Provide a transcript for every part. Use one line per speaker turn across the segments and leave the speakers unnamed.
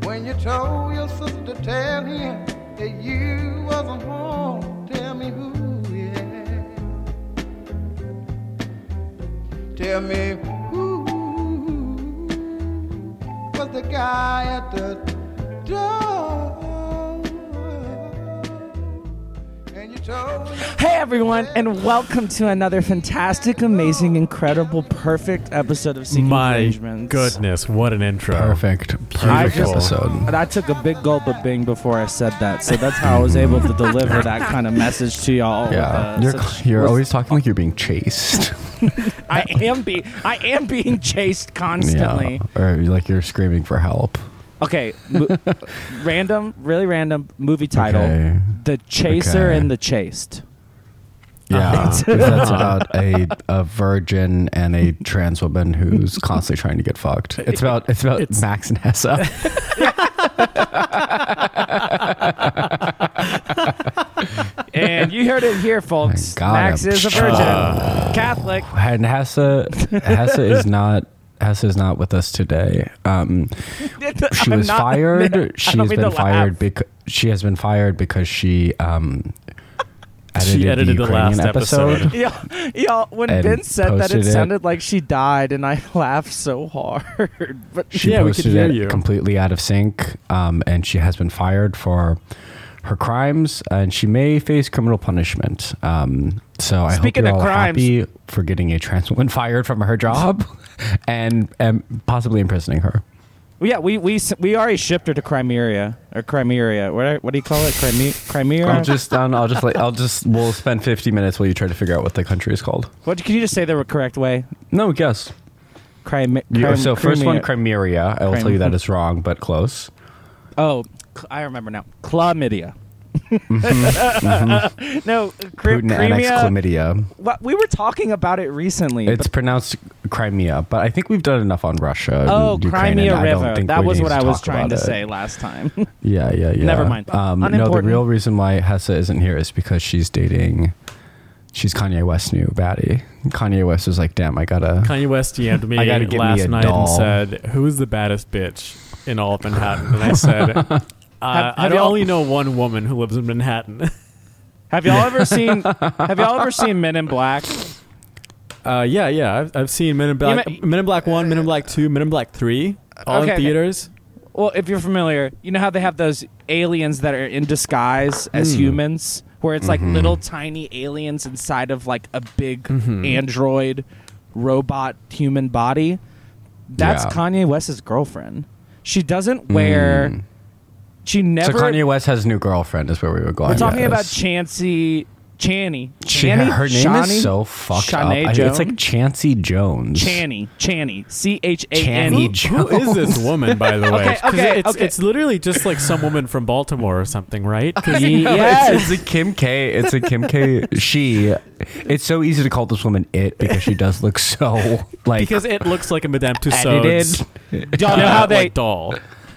told your sister, tell him that you wasn't home. Tell me who, yeah. Tell me who was the guy at the door. And you told me.
Hey everyone, and welcome to another fantastic, amazing, incredible, perfect episode of Seeking
My
Arrangements.
goodness, what an intro.
Perfect.
I
Perfect
just-
episode.
And I took a big gulp of Bing before I said that, so that's how I was able to deliver that kind of message to y'all. with,
Yeah,
uh,
you're
such-
you're
with-
always talking like you're being chased.
I am being I am being chased constantly.
Yeah, or like you're screaming for help.
Oh, Okay, mo- random, really random movie title:
Okay.
The Chaser
Okay.
and the Chased.
Yeah, 'cause that's about a, a virgin and a trans woman who's constantly trying to get fucked. It's about it's about
It's-
Max and Hessa.
And you heard it here, folks.
God,
Max
I'm
is a virgin, Catholic.
and Hessa Hessa is not Hessa is not with us today. Um, she
I'm
was
not- I
fired.
don't
She has
mean to
been fired
laugh.
because she has been fired because she um edited,
She edited the,
Ukrainian
last episode.
Yeah, yeah. When
and
Ben said that, it
posted it.
sounded like she died, and I laughed so hard. But
She
Yeah, we could
posted
hear
it
you.
completely out of sync, um, and she has been fired for her crimes, and she may face criminal punishment. Um, so I
Speaking
hope
of
you're all
crimes-
happy for getting a trans woman fired from her job, and, and possibly imprisoning her.
yeah, we we s- we already shipped her to Crimea or Crimea. What what do you call it? Crimea. Crimea.
I'll just, um, I'll just, like, I'll just, we'll spend 50 minutes while you try to figure out what the country is called.
what can you just say the correct way?
No, guess.
Crime,
You-
crime,
so first one,
Crimea.
Crimea. I will tell you
Crim-
that is wrong, but close.
Oh, cl- I remember now. Chlamydia. no, cri-
Mm-hmm. Putin annexed
Crimea.
chlamydia.
What, we were talking about it recently.
It's pronounced Crimea, but I think we've done enough on Russia.
but- oh,
and Ukraine, and
Crimea
I don't
River.
think
That
we
was
need
what I
to
was
talk
trying to
about it.
say last time.
Yeah, yeah, yeah.
Never mind.
Um, no, the
Unimportant.
real reason why Hessa isn't here is because she's dating. She's Kanye West's new baddie. Kanye West was like, "Damn, I gotta."
Kanye West DM'd me
I gotta get me
last
a
night
doll.
and said, "Who's the baddest bitch in all of Manhattan?" And I said, uh, "I
have y'all-
only know one woman who lives in Manhattan."
Have y'all ever seen? Have y'all ever seen Men in Black?
Uh, yeah, yeah, I've, I've seen Men in Black,
may-
Men in Black One, Men in Black Two, Men in Black Three, all
Okay,
in
okay.
theaters.
Well, if you're familiar, you know how they have those aliens that are in disguise as
Hmm.
humans, where it's
Mm-hmm.
like little tiny aliens inside of like a big
Mm-hmm.
android robot human body. That's
Yeah.
Kanye West's girlfriend. She doesn't wear. She
Hmm. So
never.
Kanye West has a new girlfriend. Is where we were going.
we're talking
with
about
this.
Chancy Channy.
She-
Channy?
her name
Shawnee?
is so fucked
Shanae
up. I-
Jones?
it's like Chancy Jones.
Channy. Channy. C H A N
Channy
E.
Who
Jones.
is this woman, by the way?
Okay,
'Cause
okay,
it's,
okay.
it's literally just like some woman from Baltimore or something, right? 'Cause
Yes.
It's a Kim K. It's a Kim K. She. It's so easy to call this woman it because she does look so like
because it looks like a Madame
edited.
Tussauds.
Y'all know how
uh,
they
like doll.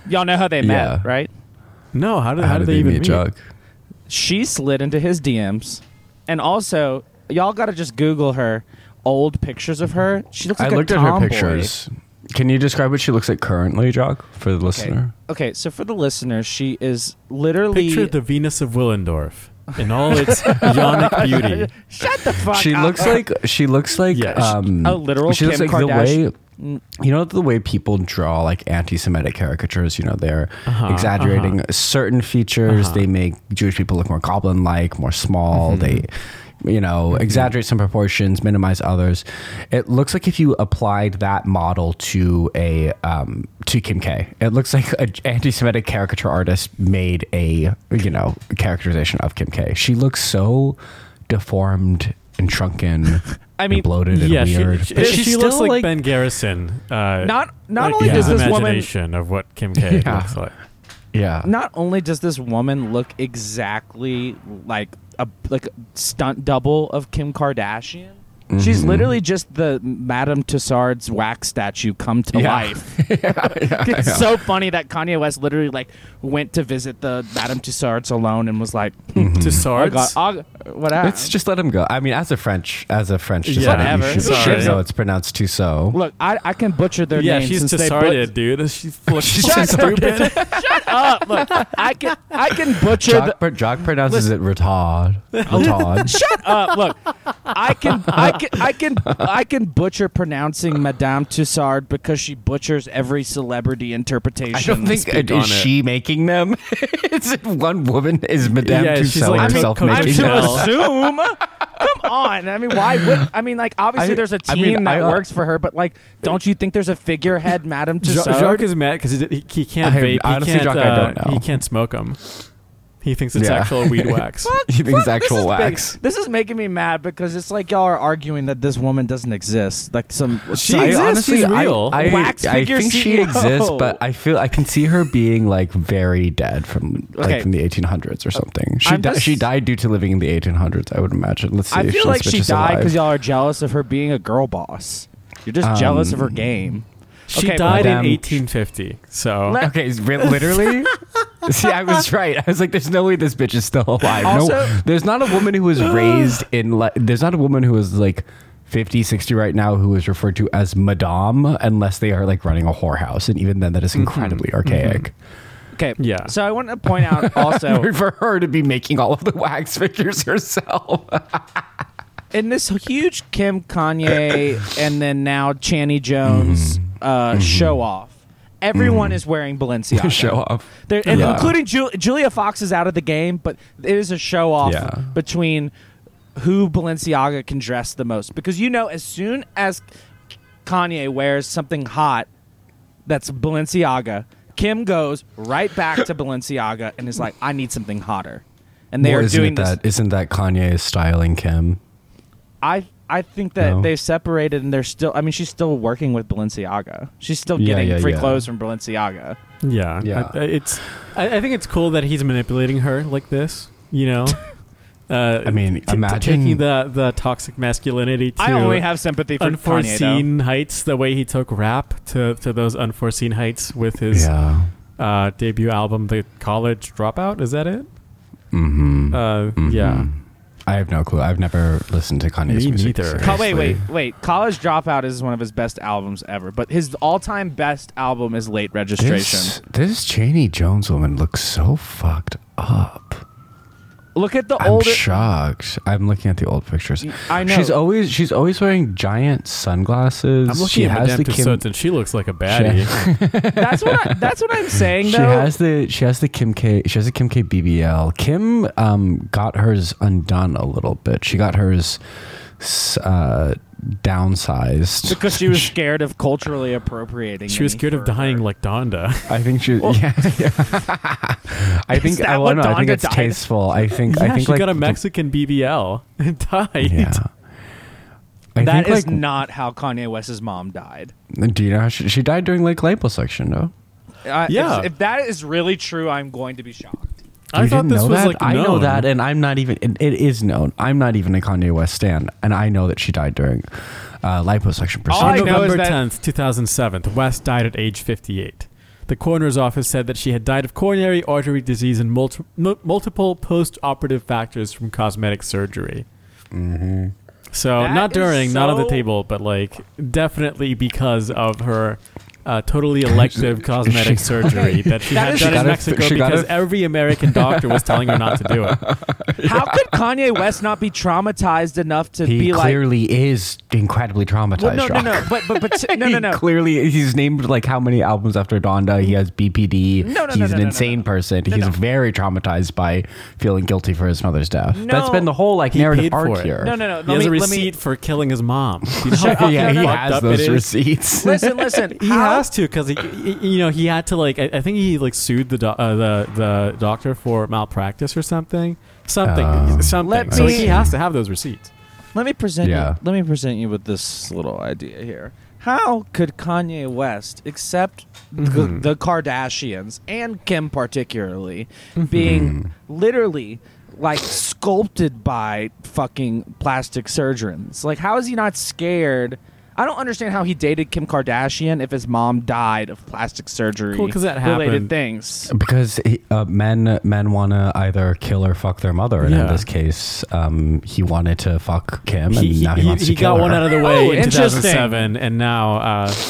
y'all know how they
Yeah.
met, right?
No, how did
How,
did
did
they, even meet?
Jug?
she slid into his DMs. And also, y'all got to just Google her old pictures of her. She looks
I
like a
looked at her
tomboy.
pictures. Can you describe what she looks like currently, Jock, for the
Okay.
listener?
okay, so for the listeners, she is literally
Picture the Venus of Willendorf in all its yonic beauty.
Shut the fuck
She
up.
looks like she looks like
Yeah, she-
um,
a literal
She looks
Kim
like
Kardashian.
the way you know the way people draw like anti-Semitic caricatures. You know they're
Uh-huh,
exaggerating certain features.
Uh-huh.
They make Jewish people look more goblin-like, more
Mm-hmm.
small. They you know exaggerate some proportions, minimize others. It looks like if you applied that model to a um, to Kim K, it looks like an anti-Semitic caricature artist made a you know characterization of Kim K. She looks so deformed and shrunken.
I mean,
and bloated and
yeah,
weird.
She, she,
but
she
she's
looks
still
like, Ben Garrison. Uh,
Not- not
like
only
in
does
his
this woman-
imagination of what Kim K
Yeah.
looks like.
yeah.
not only does this woman look exactly like a like a stunt double of Kim Kardashian, she's
Mm-hmm.
literally just the Madame Tussauds wax statue come to
Yeah.
life.
yeah,
It's
yeah.
so funny that Kanye West
Mm-hmm. Hmm.
literally like went to visit the Madame Tussauds alone and was like,
To
I
Sards?
got, I, what happened?
It's just let him go. I mean, as a French, as a French
Yeah.
designer,
Whatever.
you should
Sorry.
be so it's pronounced Tussaud.
Look, I, I can butcher their
yeah,
names
she's
since
just
they
started,
but-
dude. She's, full of- she's
Shut up,
stupid.
up. Look, I can I can butcher the,
Jock, pr- Jock pronounces it retard. Retard.
Shut
Uh,
up! Look, I can, I can, I can, I can butcher pronouncing Madame Tussard because she butchers every celebrity interpretation.
I don't think
speak
is
on it.
she making them. is it one woman? Is Madame
Yeah, she's
Tussaud
like
herself
Coco
I'm
making
to
Chanel.
them?
Chanel.
assume. Come on! I mean, why would? I mean, like, obviously
I-
there's a
I
team
mean,
that
I, uh,
works for her, but like, don't you think there's a figurehead, Madame
Jo-
Tussauds?
Jock is mad because he, he, he can't
I-
vape. He
honestly,
can't,
Jock, I
uh,
don't know.
He can't smoke them. He thinks it's
Yeah.
actual weed wax.
He thinks
Fuck,
it's actual
this is big-
wax.
this is making me mad because it's like y'all are arguing that this woman doesn't exist. Like some
She
some-
exists,
I honestly,
she's
I-
real.
I,
Wax
I
figure E
think she
CEO.
exists, but I feel I can see her being like very dead from like
Okay.
from the 1800s or something. She
I'm
di-
just-
she died due to living in the 1800s. I would imagine. Let's see.
I
if
feel
this
like
bitch
she
is
died
alive. Um,
because y'all are jealous of her being a girl boss. You're just jealous of her game.
She
Okay,
died
Madame-
in 1850. So
Let-
Okay, is re- literally. See, I was right. I was like, "There's no way this bitch is still alive."
Also-
no, there's not a woman who was raised in. Like, there's not a woman who is like 50, 60 right now who is referred to as Madame unless they are like running a whorehouse, and even then, that
Mm-hmm.
is incredibly archaic.
Okay.
Yeah.
So I want to point out also
For her to be making all of the wax figures herself.
in this huge Kim Kanye and then now Channy Jones
Mm-hmm.
uh, show off. Everyone is wearing Balenciaga.
Show off.
There, and
Yeah.
including Ju- Julia Fox is out of the game, but it is a show off
Yeah.
between who Balenciaga can dress the most because you know as soon as Kanye wears something hot that's Balenciaga, Kim goes right back to Balenciaga and is like, "I need something hotter," and they
Well,
are
isn't
doing
it
this.
that? Isn't that Kanye styling Kim?
I I think that
No?
they separated and they're still. I mean, she's still working with Balenciaga. She's still
Yeah,
getting
yeah,
free
yeah.
clothes from Balenciaga.
yeah,
Yeah.
I, I- it's. I, I think it's cool that he's manipulating her like this. You know. Uh,
I mean,
t- t-
imagine-
taking the the toxic masculinity. To
I only have sympathy for Kanye.
unforeseen heights the way he took rap to, to those unforeseen heights with his
Yeah.
uh, debut album the college dropout is that it
Mm-hmm.
uh, yeah
I have no clue. I've never listened to Kanye's
Me
music.
neither.
though. Co-
seriously.
Oh, wait, wait, wait! College Dropout is one of his best albums ever, but his all-time best album is Late Registration.
This, this Cheney Jones woman looks so fucked up.
Look at the
I'm
older.
shocked. I'm looking at the old pictures.
I know.
She's always she's always wearing giant sunglasses.
I'm looking
she
at
has
Madame
the Kim.
Tussauds and she looks like a baddie
that's what I, that's what I'm saying.
she
Though
has the she has the Kim K she has the Kim K BBL. Kim um got hers undone a little bit. She got hers s- uh downsized.
because she was scared of culturally appropriating.
she was
me
scared of
for her.
dying like Donda
I think she. yeah, yeah. I think
that
I,
what
well, no, I think
Donda
it's
died?
tasteful. I think I
yeah
think
she
like
got a
the-
Mexican BBL and died
Yeah. I
That
think
is
like
not how Kanye West's mom died.
do you know how she, she died during like liposuction? No,
Uh, if-
Yeah.
if that is really true, I'm going to be shocked.
I
You
thought
didn't
this
know
was
that?
like
I know
known.
that, and I'm not even. It, it is known. I'm not even a Kanye West stan, and I know that she died during uh, liposuction
All I
On
procedure.
know is
November
that-
10th, 2007, West died at age 58. The coroner's office said that she had died of coronary artery disease and multi- mu- multiple post-operative factors from cosmetic surgery. Mm-hmm. So
That
not
is
during, not on the
so-
table, but like definitely because of her uh, totally elective cosmetic surgery that she
That
had
is-
done
She
in
got a-
Mexico
she got
because
a-
every American doctor was telling her not to do it.
How could Kanye West not be traumatized enough to
He
be like?
clearly is incredibly traumatized.
Well, no, no,
Jock.
no, but but but no, no,
He
no.
Clearly, he's named like how many albums after Donda. He has BPD.
No, no, no,
he's
no, no,
an
no,
insane
no.
person. he's
no.
very traumatized by feeling guilty for his mother's death. That's
No.
been the whole like
He
narrative
paid
arc
for it.
here.
No, no, no.
He
Let
has
me,
a
let me-
receipt for killing his mom. Do you know how
yeah,
no,
he
no.
has
fucked up it
those
is?
receipts.
Listen, listen.
He
how-
has to because he, he- you know, he had to like. I, I think he like sued the do- uh, the the doctor for malpractice or something, something,
Oh.
something.
Let
so
me-
he has to have those receipts.
Let me present
Yeah.
you. Let me present you with this little idea here. How could Kanye West accept the, the Kardashians and Kim particularly being literally like sculpted by fucking plastic surgeons? Like, how is he not scared I don't understand how he dated Kim Kardashian if his mom died of plastic surgery.
Cool, 'cause that happened.
related things.
Because he, uh, men men want to either kill or fuck their mother, and
Yeah.
in this case, um, he wanted to fuck Kim, and
He, he,
now he,
he,
wants to kill
got
her.
one out of the way
Oh,
in
interesting.
2007, and now uh,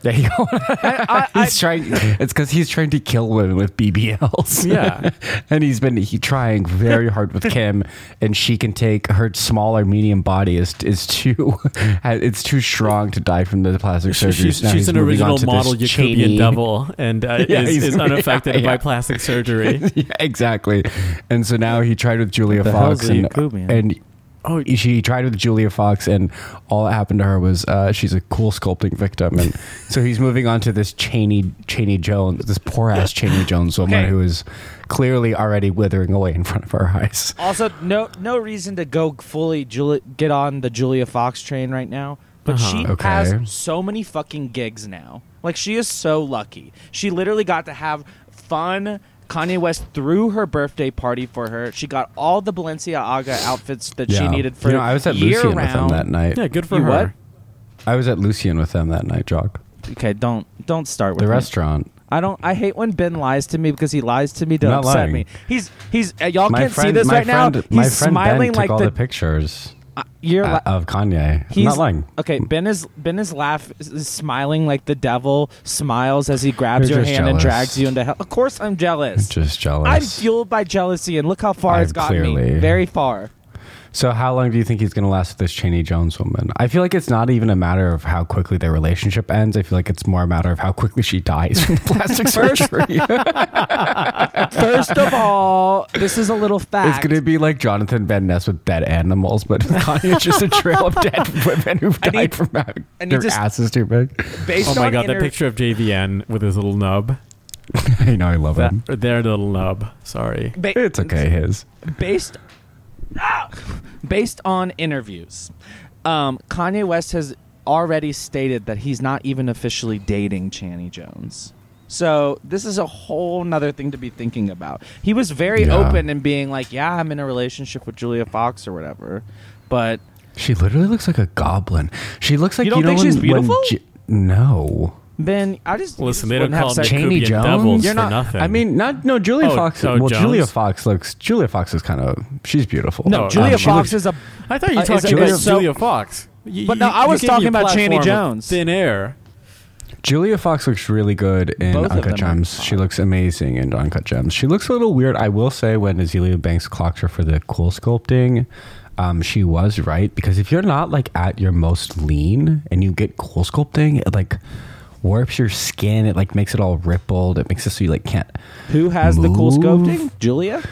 There you go.
I, I,
he's trying. It's because he's trying to kill women with BBLs.
Yeah.
and he's been he trying very hard with Kim, and she can take her small or medium body is is too it's too strong to die from the plastic surgery.
she's,
Now
she's
he's
an
moving on
original
to this
model Jacobian
Cheney-
devil, and uh,
Yeah,
is,
he's-
is unaffected
yeah, yeah.
by plastic surgery.
yeah, exactly. And so now he tried with Julia
the hell's
Fox,
a
and,
Yakubian?
and oh, she tried with Julia Fox, and all that happened to her was uh, she's a cool sculpting victim, and so he's moving on to this Cheney Cheney Jones, this poor ass Cheney Jones woman
Okay.
who is clearly already withering away in front of our eyes.
also, no no reason to go fully Juli- get on the Julia Fox train right now. But she
Uh-huh. Okay.
has so many fucking gigs now. Like she is so lucky. She literally got to have fun. Kanye West threw her birthday party for her. She got all the Balenciaga outfits that she needed for
you know, I was at
year
Lucian with them
round.
that night.
Yeah, good for
You
her.
what?
I was at Lucian with them that night, Jock.
Okay, don't don't start with
The
me.
restaurant.
I don't. I hate when Ben lies to me because he lies to me to
Not
upset
lying.
me. He's he's uh, y'all
My
can't
friend,
see this
my
right
friend,
now. He's
my friend
smiling
ben
like
took all
the,
the, pictures
uh, you're.
uh,
la-
of Kanye. I'm
he's
not lying.
Okay, Ben is Ben is laugh is smiling like the devil smiles as he grabs
You're
your
just
hand and
jealous.
drags you into hell. Of course, I'm jealous.
Just jealous.
I'm fueled by jealousy, and look how far
I'm
it's gotten me.
clearly-
Very far.
So how long do you think he's going to last with this Cheney Jones woman? I feel like it's not even a matter of how quickly their relationship ends. I feel like it's more a matter of how quickly she dies from plastic surgery.
First of all, this is a little
it's
fact.
going to be like Jonathan Van Ness with dead animals, but Kanye's just a trail of dead women who've
I
died
need-
from having
I need
their
to s-
asses too big.
Based
Oh my
on
god, that
inter-
picture of JVN with his little nub.
I know, I love
That,
him.
or their little nub. Sorry.
ba-
It's okay, his.
based Ah! based on interviews um, kanye west has already stated that he's not even officially dating channing jones so this is a whole nother thing to be thinking about he was very
Yeah.
open and being like yeah i'm in a relationship with julia fox or whatever but
She literally looks like a goblin. She looks like
You don't
know,
think she's
when- when
beautiful?
J- no.
ben i just you
Listen,
just
they don't
wouldn't have
call
sex-
Jane-
Cheney
Kubian
Jones.
doubles
You're
for
not,
nothing.
I mean, not no. Julia
Oh,
Fox.
oh,
well,
Jones?
Julia Fox looks. Julia Fox is kind of. She's beautiful.
no
Oh,
julia
um,
she
fox is
looks-
a
I thought you
Uh,
were
is
talking
it-
about
is it so-
Julia Fox. You-
But
you-
no, I
you
was
gave me
talking
a
about Channing
platform of
Jones.
Thin air.
Julia Fox looks really good in
Both of them
Uncut
are
Gems.
fine.
She looks amazing in Uncut Gems. She looks a little weird. I will say when Azealia Banks clocked her for the cool sculpting, um, she was right because if you're not like at your most lean and you get cool sculpting, it like warps your skin. It like makes it all rippled. It makes it so you like can't.
who has the cool
Move.
sculpting julia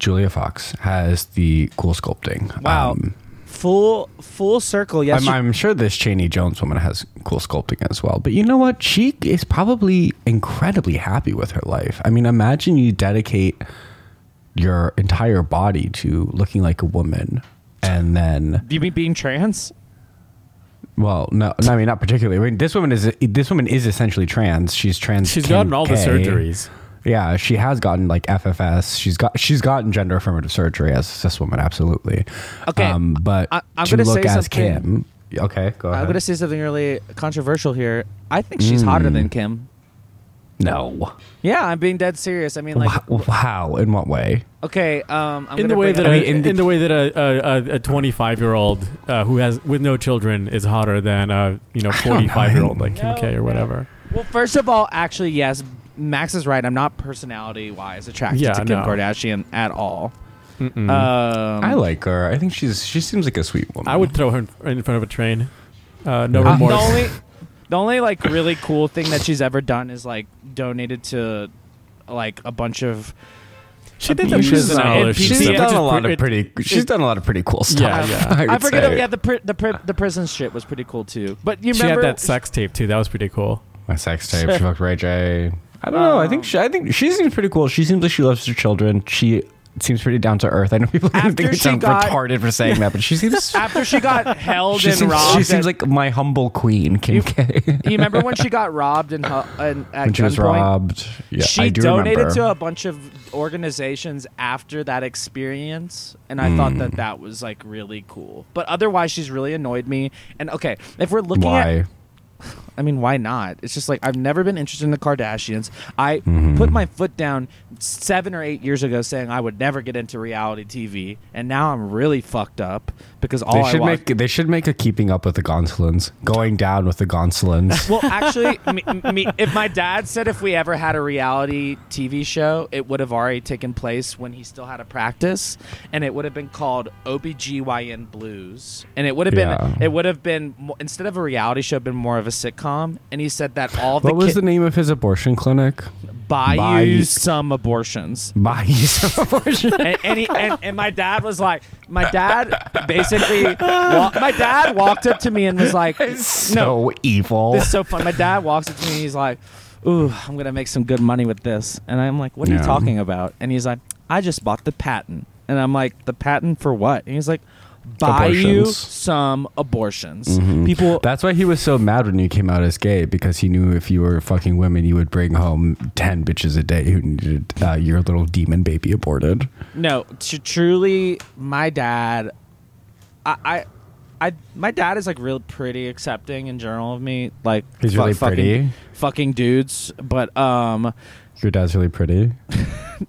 Julia Fox has the cool sculpting.
wow
Um,
full full circle yes
I'm,
you-
I'm sure this Cheney Jones woman has cool sculpting as well. But you know what? She is probably incredibly happy with her life. I mean, imagine you dedicate your entire body to looking like a woman. And then,
do you mean being trans
well, no, no, I mean, not particularly. I mean, this woman is this woman is essentially trans. She's trans.
She's gotten all the
10K.
surgeries.
Yeah, she has gotten like FFS. She's got she's gotten gender affirmative surgery as a cis woman, absolutely. Um,
Okay,
but
I- I'm
to
gonna
look
say
as
something-
Kim. Okay, go ahead.
I'm gonna say something really controversial here. I think she's hotter than
Mm.
Kim.
no.
Yeah, I'm being dead serious. I mean, like,
Wh- wh- how? In what way?
okay, um, I'm
In
gonna
the way
bring
that
up-
I
a,
mean, in
in,
the-
the way that a a, a 25 year old uh, who has with no children is hotter than a you know
don't know.
45 year old like Kim
No,
K or
no.
whatever.
well, first of all, actually, yes, Max is right. I'm not personality wise attracted
Yeah,
to Kim
no.
Kardashian at all. Um,
Hmm. I like her. I think she's she seems like a sweet woman.
Uh, I would throw her in, in front of a train. Uh, no
Uh,
remorse.
the only, the only like really cool thing that she's ever done is like donated to like a bunch of
she did
abuses
abuse
and
and all
all
this
that
shit,
she's
shit,
which
done
is
a lot
pre-
of pretty. she's done a lot of pretty cool stuff.
Yeah, yeah.
I,
I,
would
forget.
say.
Yeah, the pri- the pri- the prison shit was pretty cool too. But you
She had
remember
that sex tape too. That was pretty cool.
my sex tape. Oh. She fucked Ray J. I don't know. I think she, I think she seems pretty cool. She seems like she loves her children. She seems pretty down to earth. I know people
After
think it
she
sounds
got-
retarded for saying that, but she seems
After she got held
she
and
seems,
robbed,
she
at-
seems like my humble queen, Kim
You-
K.
you remember when she got robbed and, hu- and at
when she was
gunpoint?
robbed, yeah,
she
I do
donated
remember.
to a bunch of organizations after that experience and i thought
Hmm.
that that was like really cool but otherwise she's really annoyed me and okay if we're looking
Why?
at i mean why not it's just like i've never been interested in the kardashians i
Mm-hmm.
put my foot down seven or eight years ago saying i would never get into reality tv and now i'm really fucked up because all
They
Oh, i
should
watch-
make they should make a keeping up with the Gonsolins, going down with the Gonsolins.
Well, actually, me, me, if my dad said if we ever had a reality TV show, it would have already taken place when he still had a practice, and it would have been called OBGYN Blues, and it would have
Yeah.
been it would have been mo- instead of a reality show, it'd been more of a sitcom. And he said that all the
what was
ki-
the name of his abortion clinic?
Bayou,
Bayou-
some abortions.
Bayou's abortion.
And, and, he, and, and my dad was like, my dad basically, wa- my dad walked up to me and was like, no,
so evil.
This is so fun. My dad walks up to me and he's like, Ooh, I'm going to make some good money with this. And I'm like, What are you
Yeah.
talking about? And he's like, I just bought the patent. And I'm like, The patent for what? And he's like, Buy you
Abortions. Mm-hmm.
some abortions. People.
That's why he was so mad when you came out as gay because he knew if you were fucking women, you would bring home ten bitches a day who needed uh, your little demon baby aborted.
no, t- truly, my dad, I. I I, my dad is like real pretty accepting in general of me, like
He's really
fucking,
pretty?
fucking dudes. But um,
Your dad's really pretty.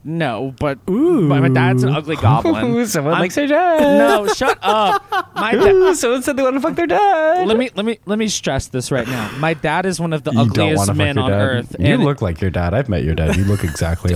no, but my, my dad's an ugly goblin. I'm-
dad.
No, shut up. My da-
someone said they want to fuck their dad.
let me let me let me stress this right now. My dad is one of the
you don't want
ugliest
to fuck
men
your
on
dad.
earth.
You
and-
look like your dad. I've met your dad. You look exactly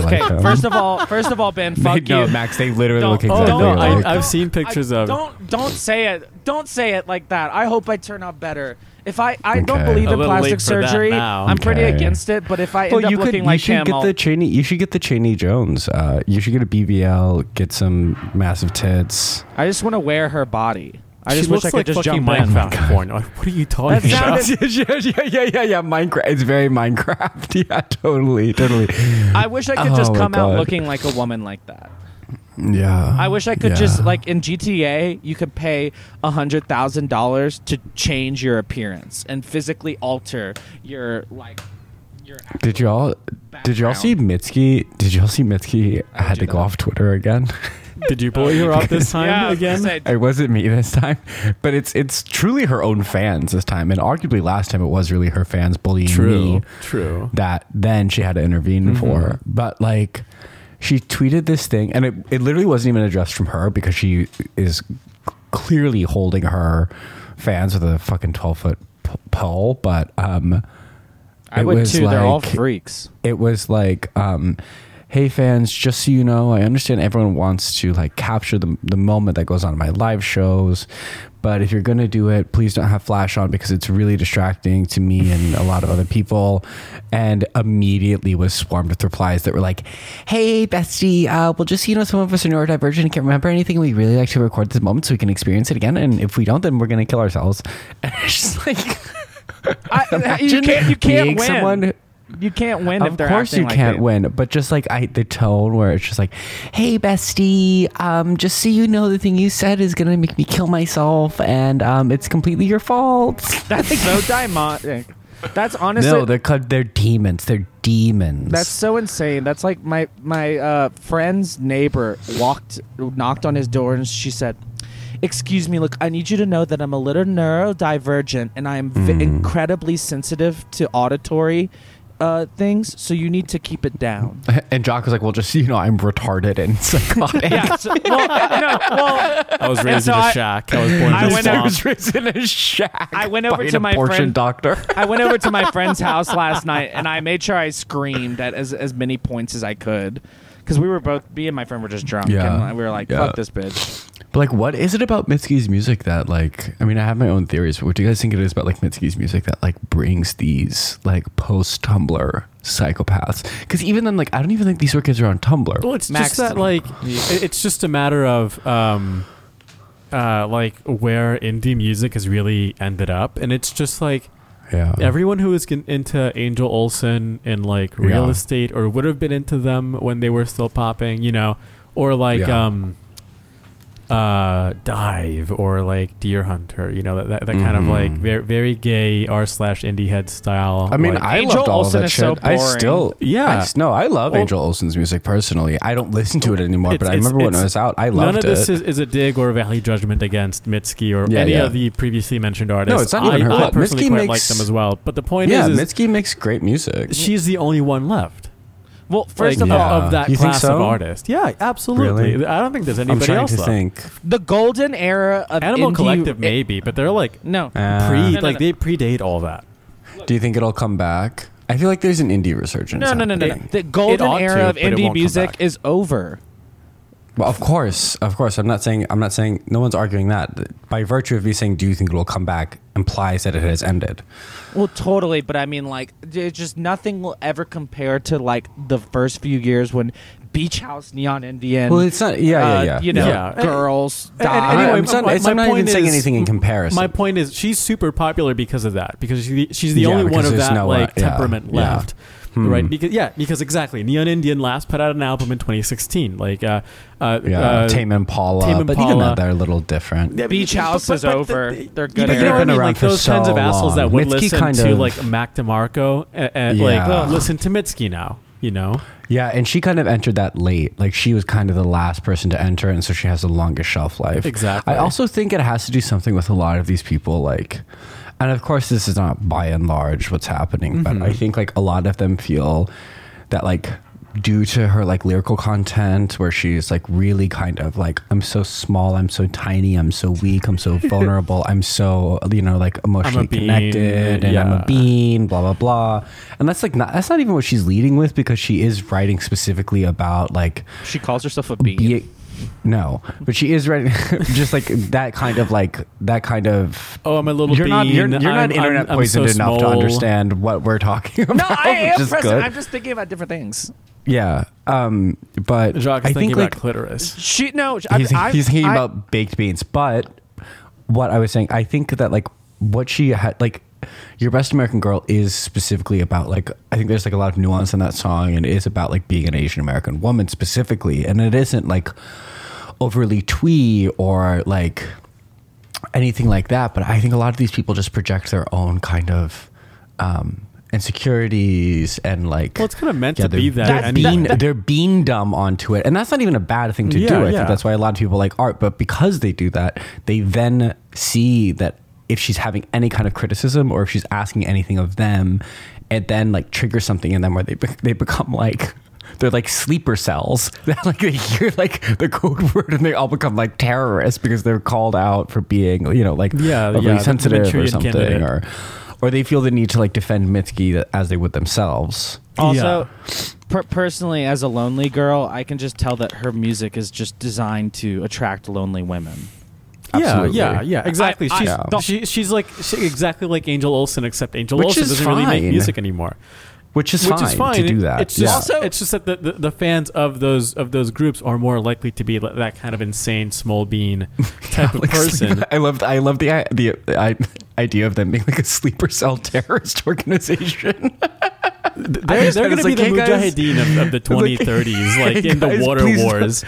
okay.
like him.
First of all, first of all, Ben, fuck
no,
you.
Max, they literally
Don't-
look
oh,
exactly
no,
alike.
I, I've seen pictures
I-
of.
Don't don't say it. Don't say it like that. I hope I turn out better. If I, I don't
Okay.
believe
A
in
little
plastic
late for that
surgery,
now.
I'm pretty
Okay.
against it. But if I end
well,
up
you could.
looking
You
like
should
him,
get
I'll-
the Cheney. You should get the Cheney Jones. Uh, you should get a BBL. Get some massive tits.
I just want to wear her body. I
she
just wish
looks
I could
like
just
fucking
jump in.
Minecraft porn. Like, what are you talking
That
about?
sounded-
yeah, yeah, yeah, yeah, yeah. Minecraft. It's very Minecraft. Yeah, totally, totally.
I wish I could just
Oh my
come out
God.
looking like a woman like that.
Yeah.
I wish I could just like in GTA, you could pay a hundred thousand dollars to change your appearance and physically alter your like your.
Did y'all? Did y'all see Mitski? Did y'all see Mitski had
do
to
that.
go off Twitter again?
Did you bully her up this time again?
it wasn't me this time, but it's it's truly her own fans this time, and arguably last time it was really her fans bullying
True.
me.
True.
that then she had to intervene for. But like she tweeted this thing and it, it literally wasn't even addressed from her because she is clearly holding her fans with a fucking 12 foot p- pole. But um,
I
it
would
was
too. They're all
like-
freaks.
it was like um hey fans just so you know i understand everyone wants to like capture the, the moment that goes on in my live shows but if you're going to do it please don't have flash on because it's really distracting to me and a lot of other people and immediately was swarmed with replies that were like hey bestie uh, well just so you know some of us are neurodivergent and can't remember anything we really like to record this moment so we can experience it again and if we don't then we're going to kill ourselves and it's just like
I, uh, you
Imagine
can't. You
being
can't win.
someone who-
you can't win if
of
they're
course
acting
you
like
can't
it.
win but just like i the tone where it's just like hey bestie um just so you know the thing you said is gonna make me kill myself and um it's completely your fault
That's so demonic. That's honestly.
no they're called they're demons they're demons
That's so insane. That's like my my uh, friend's neighbor walked knocked on his door and she said, "Excuse me, look, I need you to know that I'm a little neurodivergent and I am v-
Mm.
incredibly sensitive to auditory uh, things, so you need to keep it down."
and jock was like well just so you know i'm retarded and psychotic
yeah. So, well, no, well,
I was raised
so
in a
I-
shack. I was born in
I
a
went
swamp.
out-
raised in a shack
I went over
by
to
an
my
abortion
friend-
doctor
I went over to my friend's house last night and I made sure I screamed at as, as many points as I could. Because we were both, me and my friend were just drunk.
Yeah.
And we were like,
Yeah.
fuck this bitch.
But like, what is it about Mitski's music that like? I mean, I have my own theories, but what do you guys think it is about like Mitski's music that like brings these like post Tumblr psychopaths? Because even then, like, I don't even think these were kids who are on Tumblr.
Well, it's
Max-
just that like it- it's just a matter of um, uh, like where indie music has really ended up, and it's just like
yeah,
everyone who is gon- into Angel Olsen and like real
Yeah.
estate or would have been into them when they were still popping, you know, or like
Yeah.
um, uh, dive or like deer hunter. You know that that, that kind of like very very gay r slash indie head style.
I mean,
like-
I
Angel
loved all
Olsen
of that
is so
shit. I
boring.
still,
Yeah.
I s- no, I love
Well-
Angel Olsen's music personally. I don't listen to it anymore,
It's-
but I
it's-
remember when
it's-
it was out, I
None
loved
of
it.
this is, is a dig or a value judgment against Mitski or
Yeah,
any
yeah.
of the previously mentioned artists.
it's not even
I,
her
I
fault.
personally
Mitski
quite like
makes-
them as well. But the point
yeah,
is, is
Mitski makes great music.
she's the only one left.
Well, first
like,
of
yeah.
all,
of, of that
You think
class of
so?
artist. Yeah, absolutely.
Really?
I don't think there's
I'm
anybody
trying
else
to
left.
think.
the golden era of
Animal
indie-
Collective,
it-
maybe, but they're like
No,
Uh,
pre,
No, no,
like
no.
they predate all that.
Do you think it'll come back? I feel like there's an indie resurgence.
no, no, no, no, no.
happening.
The golden
ought
era
to,
of
but it won't
indie
come
music
back.
is over.
Well, of course, of course. I'm not saying I'm not saying no one's arguing that. By virtue of me saying, "Do you think it'll come back?" implies that it has ended.
Well, totally, but I mean, like, it's just nothing will ever compare to like the first few years when Beach House, Neon Indian.
Well, it's not. Yeah, yeah,
uh,
yeah.
you know,
Yeah.
girls
And- Uh, and
die.
I'm-
anyway,
I'm, not-
my-
it's-
my
I'm not even
point
saying
is-
anything in comparison.
My point is, she's super popular because of that. Because she, she's the
Yeah,
only one
because
of
there's
that
no, uh,
like
yeah,
temperament
yeah. Hmm.
left, right? Because yeah, because exactly. Neon Indian last put out an album in 2016. Like, uh, uh,
yeah,
uh,
Tame Impala,
Tame
but even
Impala.
though they're a little different.
yeah, but-
Beach
but-
House
but-
is
but the-
over.
the-
They're
you
good era.
know what I
They've
been
mean?
around
Like
for
those kinds
so
of assholes that
long.
would
Mitski
listen
kind
to
of-
like Mac DeMarco, and, and, like
Yeah.
listen to Mitski now. You know,
Yeah, and she kind of entered that late. Like she was kind of the last person to enter, and so she has the longest shelf life.
Exactly.
I also think it has to do something with a lot of these people. Like, and of course, this is not by and large what's happening, but
Mm-hmm.
I think like a lot of them feel that like due to her like lyrical content where she's like really kind of like i'm so small i'm so tiny i'm so weak i'm so vulnerable i'm so you know like emotionally
bean,
connected and i'm
yeah.
a bean mean, blah blah blah. And that's like not that's not even what she's leading with because she is writing specifically about like
She calls herself a bee.
be no, but she is writing just like that kind of like that kind of.
oh, I'm a little.
you're not you're,
bean,
you're
I'm-
not internet
I'm- I'm so
poisoned enough to
small.
understand what we're talking about.
No, I am
which is
present.
good.
I'm just thinking about different things.
yeah, um, but
Jacques is
I
thinking
think
about
like
clitoris.
She no.
he's,
I,
he's thinking
I,
about baked beans. But what I was saying, I think that like what she had, like your best American girl is specifically about like I think there's like a lot of nuance in that song, and it is about like being an Asian American woman specifically, and it isn't like overly twee or like anything like that. But I think a lot of these people just project their own kind of. Um, Insecurities and like
Well, it's kinda meant to
they're-
be that
they're
anyway.
being- they're being dumb onto it, and that's not even a bad thing to
Yeah,
do.
yeah.
I think that's why a lot of people like art, but because they do that, they then see that if she's having any kind of criticism or if she's asking anything of them, it then like triggers something in them where they be- they become like. They're like sleeper cells. like they hear like the code word, and they all become like terrorists because they're called out for being, you know, like
Yeah,
overly
yeah, the
sensitive or
Manchurian
something,
candidate.
or or they feel the need to like defend Mitski as they would themselves.
Also, per- personally, as a lonely girl, I can just tell that her music is just designed to attract lonely women.
Absolutely.
Yeah, yeah, yeah, exactly.
I- I-
she's
Yeah.
she, she's like she, exactly like Angel Olsen, except Angel
Which
Olsen
is
doesn't really make
fine.
music anymore.
which is,
Which
fine,
is fine
to do
It-
that.
It's just
Yeah. Also-
it's just that the, the, the fans of those of those groups are more likely to be li- that kind of insane small bean type of
Like sleep-
person.
I love I love the the, I, idea of them being like a sleeper cell terrorist organization.
They're, they're going
It's
to be
like,
the
"Hey, guys."
mujahideen of, of the 2030s, like in the
Guys,
water
please don't-
wars.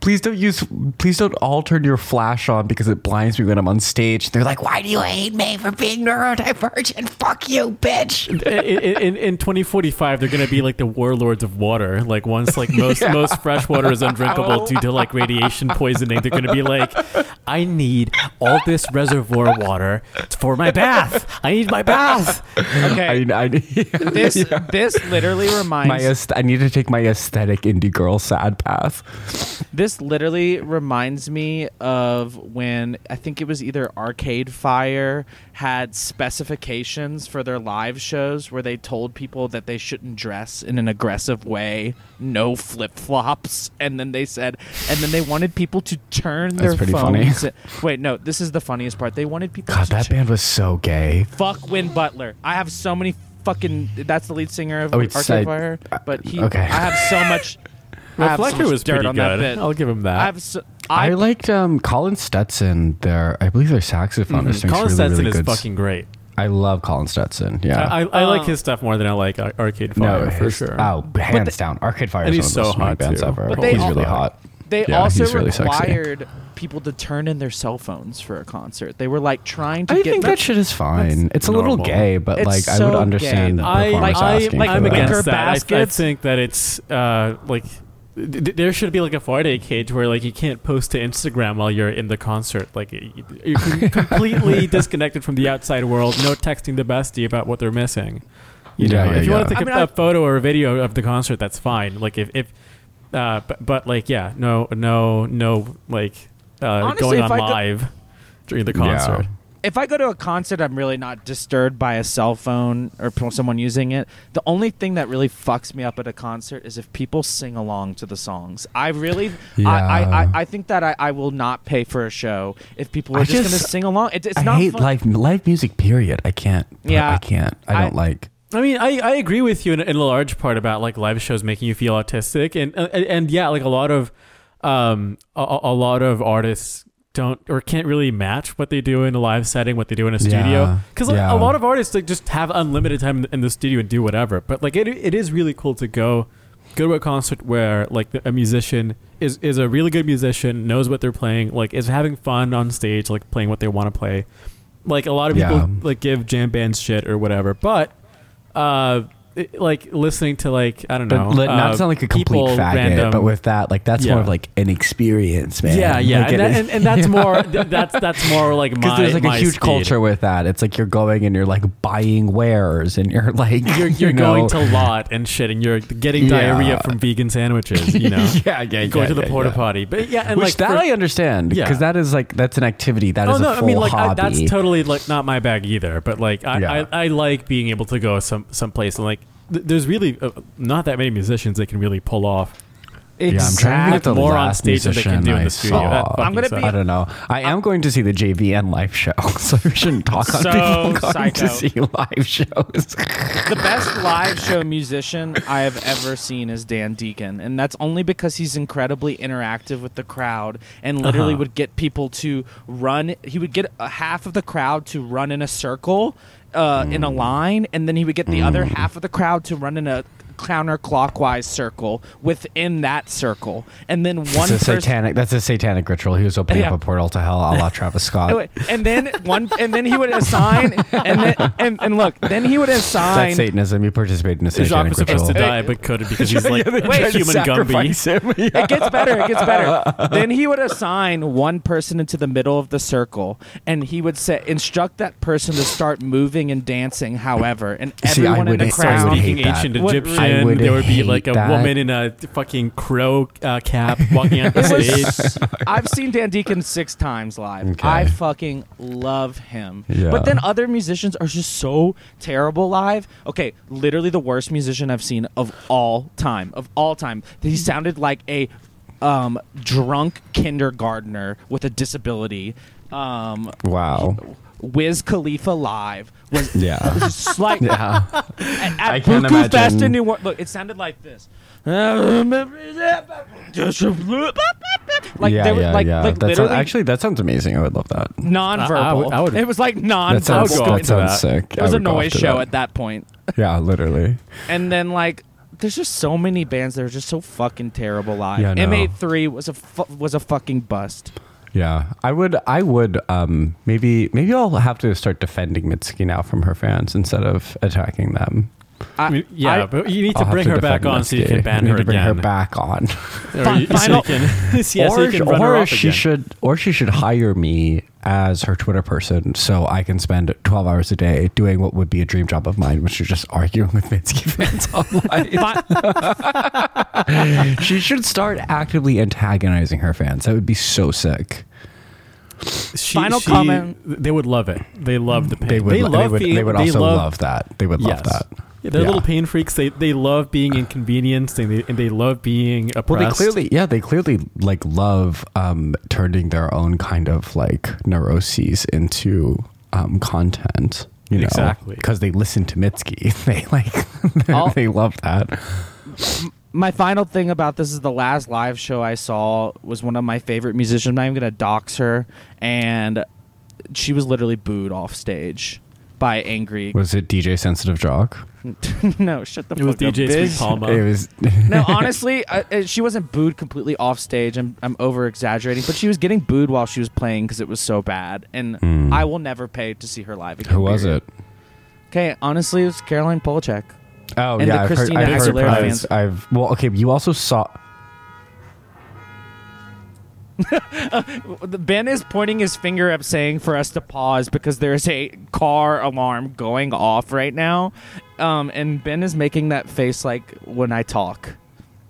please don't use. Please don't all turn your flash on because it blinds me when I'm on stage. They're like, "Why do you hate me for being neurodivergent? Fuck you, bitch!"
in, in, in 2045 they're going to be like the warlords of water like once like most most fresh water is undrinkable due to like radiation poisoning they're going to be like i need all this reservoir water for my bath i need my bath
Okay,
I, I,
this this literally reminds
my aest- I need to take my aesthetic indie girl sad path.
This literally reminds me of when I think it was either Arcade Fire had specifications for their live shows where they told people that they shouldn't dress in an aggressive way, no flip flops, and then they said, and then they wanted people to turn their
pretty
phones. Wait, no, this is the funniest part. They wanted people.
God,
to
that
tu-
band was so gay.
Fuck Win Butler. I have so many fucking. That's the lead singer of
Oh,
Arcade
it's side-
Fire, but he.
okay.
I have so much. I have so
reflector
much
was
dirt
pretty
on
good Oh,
that bit.
i'll give him that
I have so,
I,
I,
liked um, Colin Stetson. Their, I believe their saxophonist. makes
Mm-hmm. colin
Oh, really,
stetson
really
is
good s-
fucking great
I love Colin Stetson. Yeah.
I, I like
Uh,
his stuff more than I like Ar- Arcade Fire for
his-
sure.
Oh, hands down, Arcade Fire is
he's
one of the
so hot,
bands
too.
ever.
But
they
he's
all-
really hot.
They
Yeah,
also
he's really sexy.
required people to turn in their cell phones for a concert. They were like trying to
I
get
think
the-
that shit is fine. It's a little
normal.
gay, but
It's
like I
so
would
gay.
understand the
I,
performers
I,
asking
like,
for
I'm
that.
against
Liquor
that. I- I,
baskets.
think that it's uh, like th- th- there should be like a Friday cage where like you can't post to Instagram while you're in the concert. Like y- y- you're com- completely disconnected from the outside world. No texting the bestie about what they're missing. You know,
Yeah, yeah,
if you want to
yeah.
take
I
a
mean,
a
I-
photo or a video of the concert, that's fine. Like if, if uh, but, but like yeah, no, no, no, like uh,
Honestly,
going
if
on
I go-
live during the concert.
if I go to a concert, I'm really not disturbed by a cell phone or p- someone using it. The only thing that really fucks me up at a concert is if people sing along to the songs. I really, I, I, I,
Yeah.
I think that I, I will not pay for a show if people are
I
just, going to
just-
sing along. It, it's
I
not
hate
fun.
live live music. Period. I can't.
Yeah.
I can't. I,
I-
don't like.
I mean, I, I agree with you in, in a large part about like live shows making you feel autistic, and and, and yeah, like a lot of um a, a a lot of artists don't or can't really match what they do in a live setting, what they do in a
Yeah,
studio, because
yeah.
a lot of artists like just have unlimited time in the studio and do whatever. But like it, it is really cool to go go to a concert where like the, a musician is is a really good musician, knows what they're playing, like is having fun on stage, like playing what they want to play. Like a lot of people
Yeah.
like give jam bands shit or whatever, but uh, it- like listening to like I don't
But
know,
li- not
uh,
to sound like a complete
people
faggot,
random-
but with that, like that's
Yeah.
more of like an experience, man.
yeah, yeah,
Like,
and,
it
that,
is-
and, and that's more th- that's that's more like my
because there's like
my
a huge
speed.
culture with that. It's like you're going and you're like buying wares and you're like
You're, you're
you know-
going to lot and shit, and you're getting
Yeah.
diarrhea from vegan sandwiches. You know,
yeah, yeah,
going
yeah,
to the
yeah,
porta
yeah.
potty, but yeah, and
Which
like
that
for-
I understand
Yeah.
because that is like that's an activity that is
oh no,
a full
I mean like I,
hobby.
that's totally like not my bag either. But like I,
Yeah.
I, I like being able to go some someplace and like th- there's really uh, not that many musicians that can really pull off.
yeah, I'm trying to
Exactly.
get the
more on
last
stage than they can
musician
do in the
I
studio. That
saw.
fucking
I'm gonna be-
I don't know. I am going to see the JVN live show, so we shouldn't talk on
So
people going
psycho.
to see live shows.
the best live show musician I have ever seen is Dan Deacon, and that's only because he's incredibly interactive with the crowd and literally
Uh-huh.
would get people to run. He would get a half of the crowd to run in a circle uh, in
Mm.
a line, and then he would get the other half of the crowd to run in a counterclockwise circle within that circle, and then one
It's a
person.
satanic. That's a satanic ritual. He was opening
Yeah.
up a portal to hell, a la Travis Scott.
Oh, wait, And then one, and then he would assign, and then, and, and look, then he would assign.
that's Satanism. You participated in a
Jacques
satanic
was supposed to
ritual.
die but couldn't because he's like a human Gumby.
Gumby.
It gets better. It gets better. then he would assign one person into the middle of the circle, and he would say, instruct that person to start moving and dancing. However, and
See, I
everyone in the
wouldn't- I
crowd.
would hate
Speaking
that.
ancient
What-
I
Egyptian,
would
there would be
hate
like a
that.
woman in a fucking crow uh, cap walking out the
It was-
stage.
I've seen Dan Deacon six times live.
Okay.
I fucking love him.
Yeah.
But then other musicians are just so terrible live. Okay, literally the worst musician I've seen of all time. Of all time. He sounded like a um, drunk kindergartner with a disability. Um,
Wow.
Wiz Khalifa live was
Yeah.
just like
Yeah.
at,
I
at
can't
Buku Fest in
imagine.
New Orleans. Look, it sounded like this. Like
yeah,
they were
yeah,
like,
yeah.
like
That sounds-
literally
actually, that sounds amazing. I would love that.
nonverbal.
I- I would- I would-
it was like
That sounds,
go
nonverbal.
that
into that.
sounds sick.
It was
I
a
would go
noise
after
show
that.
at that point.
Yeah, literally.
And then like, there's just so many bands that are just so fucking terrible live.
Yeah, I know.
M83 was a fu- was a fucking bust.
Yeah, I would. I would. Um, maybe. Maybe I'll have to start defending Mitski now from her fans instead of attacking them.
I-
I mean, yeah,
I-
but you need to
I'll have
bring her
defend
back on so you
Mitski.
can ban
We need
her
to bring
again.
her back on.
Or
Fi-
you- so you
final-
can- yeah, so you
or
can run her
or
off
she
again.
should. Or she should hire me as her Twitter person, so I can spend twelve hours a day doing what would be a dream job of mine, which is just arguing with Mitski fans online.
Fi-
she should start actively antagonizing her fans. That would be so sick.
She-
Final
she-
comment.
They would love it. They love the pain.
They would.
They
lo-
love
they would,
the-
they would
they
also
love-
love, that. They would love
Yes.
that.
Yeah, they're
Yeah.
little pain freaks. They they love being inconvenienced and they, and they love being oppressed.
Well, they clearly, yeah, they clearly like love um, turning their own kind of like neuroses into um, content. You know,
Exactly.
because they listen to Mitski. They like,
All-
they love that.
my final thing about this is the last live show I saw was one of my favorite musicians. I'm not even gonna dox her, and she was literally booed off stage by angry.
Was it DJ Sensitive Jock?
no, shut the
It
fuck
was
up,
DJ
bitch.
Sweet Palma.
It was
No, honestly, I, I- she wasn't booed completely off stage. I'm, I'm over exaggerating, but she was getting booed while she was playing because it was so bad. And I will never pay to see her live again.
who was it?
Okay, honestly, it was Caroline Polachek.
Oh
And
yeah,
the
I've heard,
Christina
I've, heard,
Aguilera
I've-
fans.
I've well, okay. You also saw.
Ben is pointing his finger up, saying for us to pause because there's a car alarm going off right now. Um, and Ben is making that face like when I talk.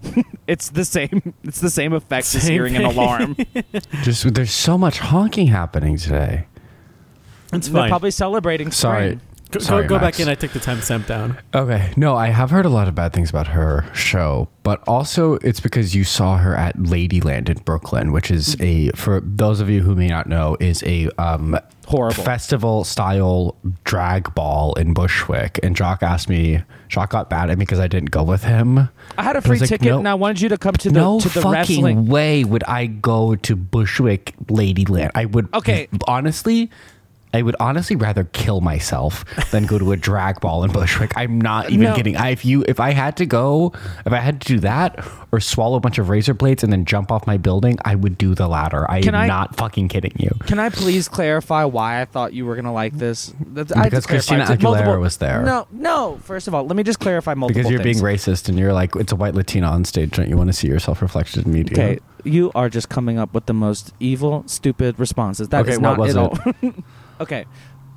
it's the same. It's the same effect as
Same
hearing an
thing.
alarm.
Just there's so much honking happening today.
It's
They're
fine.
probably celebrating.
Sorry.
spring.
go, go-
Sorry,
go
Max.
back in. I took the timestamp down.
Okay. No, I have heard a lot of bad things about her show, but also it's because you saw her at Ladyland in Brooklyn, which is a for those of you who may not know, is a um
Horrible.
festival style drag ball in Bushwick. And Jock asked me Jock got bad at me because I didn't go with him.
I had a
And
free
was like,
ticket,
"No,
and I wanted you to come to the
no
to the
fucking
wrestling.
way would I go to Bushwick Ladyland. I would
Okay.
honestly I would honestly rather kill myself than go to a drag ball in Bushwick. I'm not even
No.
kidding. I, if you if I had to go, if I had to do that or swallow a bunch of razor blades and then jump off my building, I would do the latter. I
Can
am
I-
not fucking kidding you.
Can I please clarify why I thought you were going to like this? That's, I have to
Because Christina
clarify. It's
Aguilera was there.
No, no. First of all, let me just clarify multiple
Because you're
things.
being racist and you're like it's a white Latina on stage, don't you want to see yourself reflected in media?
Okay, you are just coming up with the most evil, stupid responses. That
Okay,
is not
what was
at all. okay.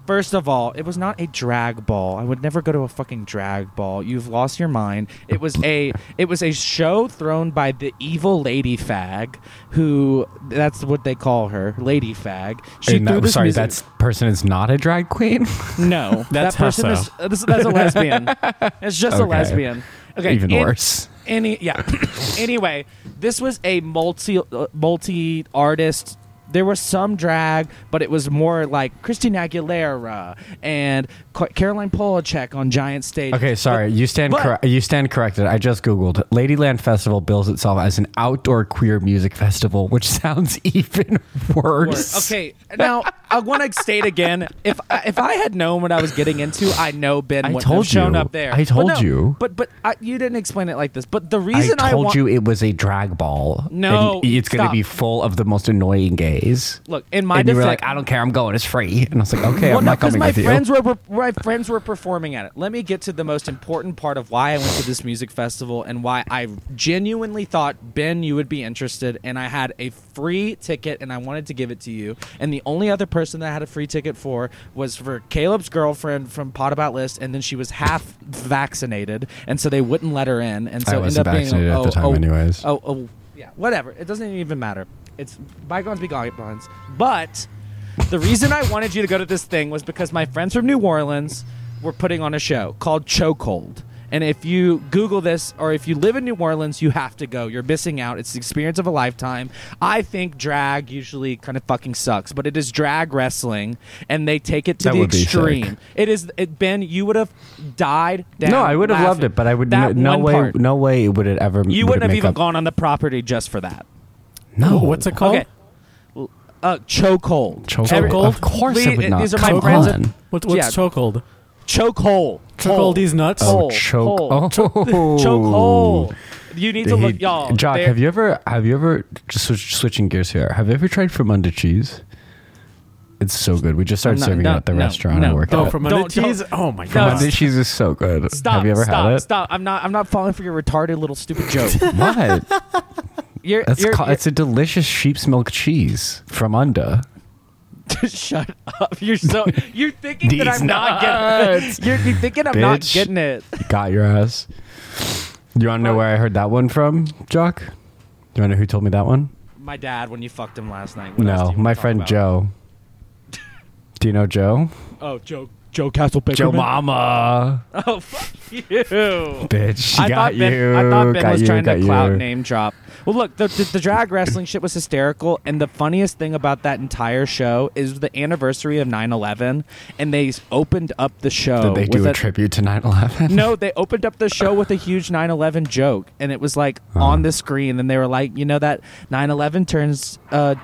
First of all, it was not a drag ball. I would never go to a fucking drag ball. You've lost your mind. It was a it was a show thrown by the evil lady fag, who that's what they call her, lady fag. She
And
threw
that,
this
sorry,
music-
that person is not a drag queen.
No, that
That's
person
Husso.
is uh, this, that's a lesbian. It's just a
Okay.
lesbian. Okay,
Even
in-
worse.
Any yeah. anyway, this was a multi uh, multi artist. There was some drag, but it was more like Christina Aguilera and Ca- Caroline Polachek on giant stage.
Okay, sorry. you stand
but-
correct. You stand corrected. I just googled. Ladyland Festival bills itself as an outdoor queer music festival, which sounds even worse.
Okay, now I want to state again. If I, if I had known what I was getting into, I know Ben
I
would
told
have shown
you.
up there.
I
But
told
no,
you.
but but I, you didn't explain it like this. But the
I
reason I,
told
want,
you it was a drag ball.
No,
and it's going to
stop.
be full of the most annoying gays.
Look, in my
and you were
defense-
like, I don't care. I'm going. It's free. And I was like, okay,
well,
I'm
no,
not
because
coming
my
with you.
friends were were- my friends were performing at it. Let me get to the most important part of why I went to this music festival and why I genuinely thought Ben you would be interested. And I had a free ticket and I wanted to give it to you. And the only other person that I had a free ticket for was for Caleb's girlfriend from Pot About List, and then she was half vaccinated, and so they wouldn't let her in. And so
I
it
wasn't
ended up
vaccinated
being
at
oh,
the time
oh,
anyways.
Oh, oh, yeah, whatever. It doesn't even matter. It's bygones be bygones. But the reason I wanted you to go to this thing was because my friends from New Orleans were putting on a show called Chokehold. And if you Google this, or if you live in New Orleans, you have to go. You're missing out. It's the experience of a lifetime. I think drag usually kind of fucking sucks, but it is drag wrestling, and they take it to
That
the
would be sick.
extreme. It is it, Ben. You would have died. Down
no, I would have loved
laughing.
it, but I would no,
That
no
one
way.
part.
No way would it ever.
You
would
wouldn't have
make
even
up-
gone on the property just for that.
No,
Oh, what's it called?
Okay. Uh, chokehold.
Chokehold.
Every-
Of course, I
Lee-
would not.
These are my
Come
friends.
on.
What, what's
Yeah.
chokehold?
Chokehold.
Chokehold these nuts.
Hole.
Oh, choke.
Hole.
Oh,
Chokehold. You need to
Hey,
look, y'all.
Jock,
They're-
have you ever have you ever just switch, switching gears here? Have you ever tried Fromunda cheese? It's so good. We just started
No,
serving
no,
it at the
no,
restaurant
no.
I work
Oh,
Oh,
at.
from under
Don't-
cheese.
don't-
Oh my
No,
god.
Fromunda cheese is so good.
Stop.
have you ever
stop,
had it?
Stop. I'm not. I'm not falling for your retarded little stupid joke.
What?
You're.
That's
you're,
ca- it's a delicious sheep's milk cheese from under.
you're- shut up. You're so. You're thinking that
These
I'm not getting. You're, you're thinking I'm not
Bitch.
getting it.
Got your ass. You want to know where I heard that one from, Jock? You want to know who told me that one?
My dad when you fucked him last night. What else do
No,
you wanna
my
talk
friend
about?
Joe. Do you know Joe?
Oh, Joe. Joe Castle Bakerman.
Joe Mama.
Oh, fuck you.
Bitch,
I
got
thought Ben,
you.
I thought Ben
got
was
you,
trying
got
to
you.
clout name drop. Well, look, the, the, the drag wrestling shit was hysterical, and the funniest thing about that entire show is the anniversary of 9-11, and they s- opened up the show.
Did they do
with
a tribute to 9 11?
Oh, No, they opened up the show with a huge 9-11 joke, and it was like on the screen, and they were like, you know that 9-11 turns uh,